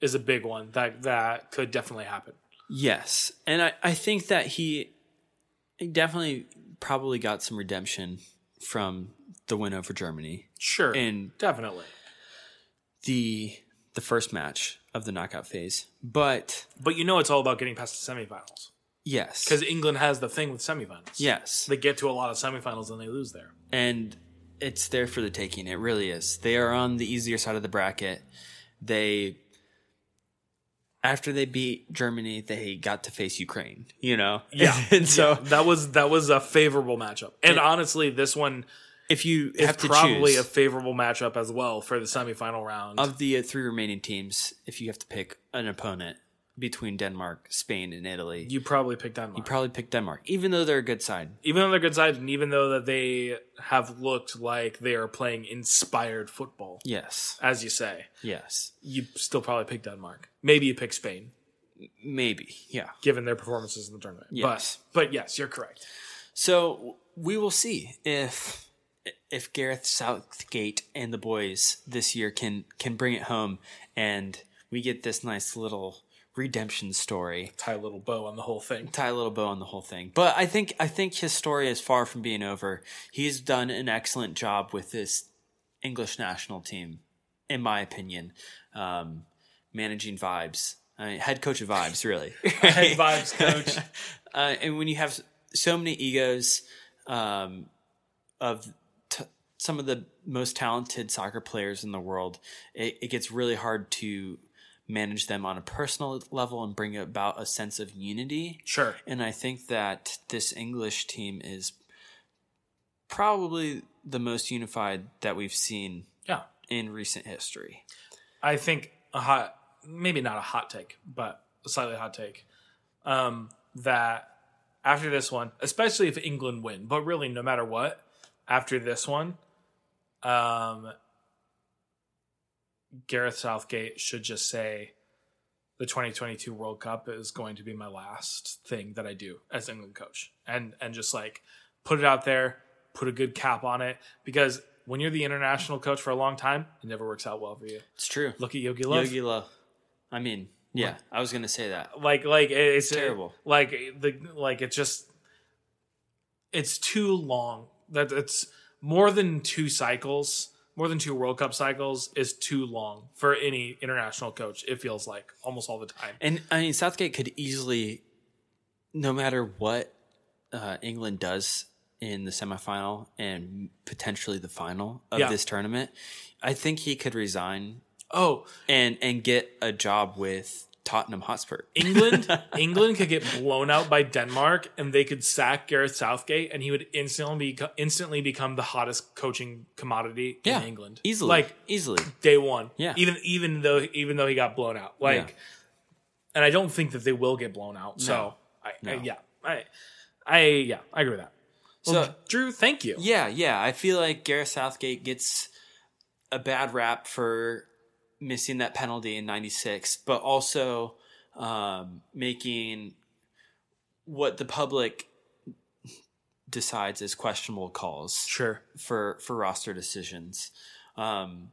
[SPEAKER 1] is a big one that that could definitely happen.
[SPEAKER 2] Yes. And I, I think that he definitely probably got some redemption from the win over Germany
[SPEAKER 1] Sure,
[SPEAKER 2] in
[SPEAKER 1] definitely.
[SPEAKER 2] the the first match of the knockout phase. But
[SPEAKER 1] But you know, it's all about getting past the semifinals
[SPEAKER 2] yes.
[SPEAKER 1] because England has the thing with semifinals.
[SPEAKER 2] yes.
[SPEAKER 1] they get to a lot of semifinals and they lose there.
[SPEAKER 2] and it's there for the taking. It really is. They are on the easier side of the bracket. They after they beat Germany, they got to face Ukraine. You know,
[SPEAKER 1] Yeah.
[SPEAKER 2] and so
[SPEAKER 1] That was that was a favorable matchup, and honestly, this one
[SPEAKER 2] if you
[SPEAKER 1] is
[SPEAKER 2] have to
[SPEAKER 1] probably
[SPEAKER 2] choose
[SPEAKER 1] a favorable matchup as well for the semifinal round.
[SPEAKER 2] of the uh, three remaining teams, if you have to pick an opponent between Denmark, Spain, and Italy, you
[SPEAKER 1] you probably picked Denmark,
[SPEAKER 2] probably pick Denmark, even though they're a good side.
[SPEAKER 1] even though they're good side, and even though that they have looked like they are playing inspired football,
[SPEAKER 2] Yes,
[SPEAKER 1] as you say.
[SPEAKER 2] yes,
[SPEAKER 1] you still probably pick Denmark. Maybe you pick Spain,
[SPEAKER 2] maybe, yeah.
[SPEAKER 1] given their performances in the tournament.
[SPEAKER 2] Yes.
[SPEAKER 1] But but yes, you're correct.
[SPEAKER 2] So we will see if if Gareth Southgate and the boys this year can can bring it home, and we get this nice little redemption story.
[SPEAKER 1] Tie a little bow on the whole thing.
[SPEAKER 2] Tie a little bow on the whole thing, but I think I think his story is far from being over. He's done an excellent job with this English national team, in my opinion, um, managing vibes. I mean, head coach of vibes, really.
[SPEAKER 1] Head vibes, coach.
[SPEAKER 2] uh, and when you have so many egos um, of t- some of the most talented soccer players in the world, it, it gets really hard to manage them on a personal level and bring about a sense of unity.
[SPEAKER 1] sure.
[SPEAKER 2] And I think that this English team is probably the most unified that we've seen
[SPEAKER 1] Yeah.
[SPEAKER 2] in recent history.
[SPEAKER 1] I think a hot, maybe not a hot take, but a slightly hot take, um, that after this one, especially if England win, but really no matter what, after this one, um, Gareth Southgate should just say, the 2022 World Cup is going to be my last thing that I do as England coach, and and just like put it out there, put a good cap on it, because when you're the international coach for a long time, it never works out well for you
[SPEAKER 2] It's true.
[SPEAKER 1] look at Yogi Love.
[SPEAKER 2] Yogi Love. I mean, yeah, I was going to say that.
[SPEAKER 1] Like like it- it's
[SPEAKER 2] Terrible.
[SPEAKER 1] Like the like it's just it's too long. That it's more than two cycles, more than two World Cup cycles is too long for any international coach. It feels like almost all the time.
[SPEAKER 2] And I mean, Southgate could easily, no matter what uh, England does in the semifinal and potentially the final of
[SPEAKER 1] Yeah.
[SPEAKER 2] this tournament, I think he could resign
[SPEAKER 1] Oh,
[SPEAKER 2] and and get a job with Tottenham Hotspur.
[SPEAKER 1] England, England could get blown out by Denmark, and they could sack Gareth Southgate, and he would instantly be, instantly become the hottest coaching commodity
[SPEAKER 2] Yeah,
[SPEAKER 1] in England
[SPEAKER 2] easily,
[SPEAKER 1] Like
[SPEAKER 2] like easily.
[SPEAKER 1] day one.
[SPEAKER 2] Yeah.
[SPEAKER 1] Even even though even though he got blown out, like,
[SPEAKER 2] Yeah.
[SPEAKER 1] and I don't think that they will get blown out. So, I, I-
[SPEAKER 2] No.
[SPEAKER 1] yeah, I, I yeah, I agree with that. Well,
[SPEAKER 2] so
[SPEAKER 1] Drew, thank you.
[SPEAKER 2] yeah, yeah, I feel like Gareth Southgate gets a bad rap for missing that penalty in '96, but also um, making what the public decides is questionable calls.
[SPEAKER 1] Sure.
[SPEAKER 2] for for roster decisions um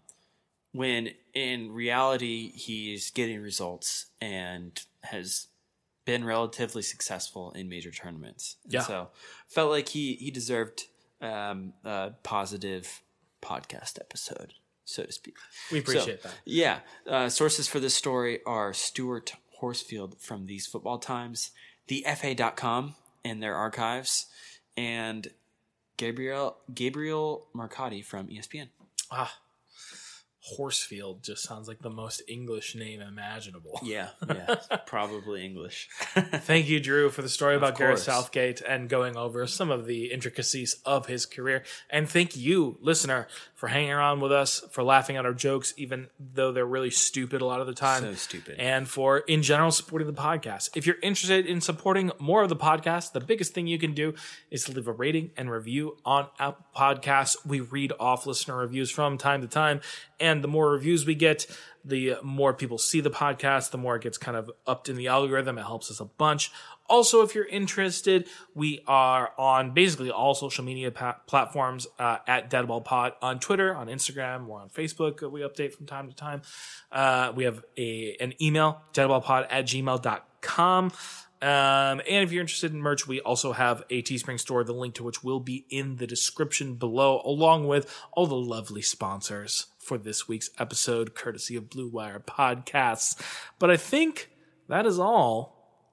[SPEAKER 2] when in reality he's getting results and has been relatively successful in major tournaments And
[SPEAKER 1] Yeah.
[SPEAKER 2] so felt like he he deserved um a positive podcast episode so to speak
[SPEAKER 1] We
[SPEAKER 2] So,
[SPEAKER 1] appreciate that.
[SPEAKER 2] yeah uh, sources for this story are stuart horsfield from these football times the fa.com and their archives and Gabriel Gabriel Marcotti from E ESPN.
[SPEAKER 1] Ah, Horsefield just sounds like the most English name imaginable.
[SPEAKER 2] Yeah, yeah, probably English.
[SPEAKER 1] Thank you, Drew, for the story about Gareth
[SPEAKER 2] course.
[SPEAKER 1] Southgate and going over some of the intricacies of his career. And thank you, listener, for hanging around with us, for laughing at our jokes, even though they're really stupid a lot of the time.
[SPEAKER 2] So stupid.
[SPEAKER 1] and for in general supporting the podcast. If you're interested in supporting more of the podcast, the biggest thing you can do is to leave a rating and review on Apple Podcasts. We read off listener reviews from time to time, and the more reviews we get, the more people see the podcast, the more it gets kind of upped in the algorithm. It helps us a bunch. Also, if you're interested, we are on basically all social media pa- platforms uh, at Deadball Pod on Twitter, on Instagram, or on Facebook. that We update from time to time. Uh, we have a an email, deadballpod at gmail.com. Um, and if you're interested in merch, we also have a Teespring store, the link to which will be in the description below, along with all the lovely sponsors for this week's episode, courtesy of Blue Wire Podcasts. But I think that is all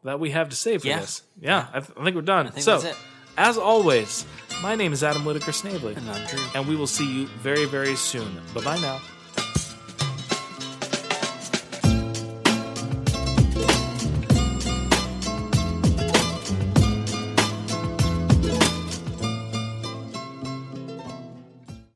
[SPEAKER 1] that we have to say for
[SPEAKER 2] Yeah.
[SPEAKER 1] this. Yeah, I, th- I think we're done.
[SPEAKER 2] think
[SPEAKER 1] so,
[SPEAKER 2] that's it.
[SPEAKER 1] as always, my name is Adam Whitaker Snavely,
[SPEAKER 2] And I'm Drew.
[SPEAKER 1] and we will see you very, very soon. Bye bye now.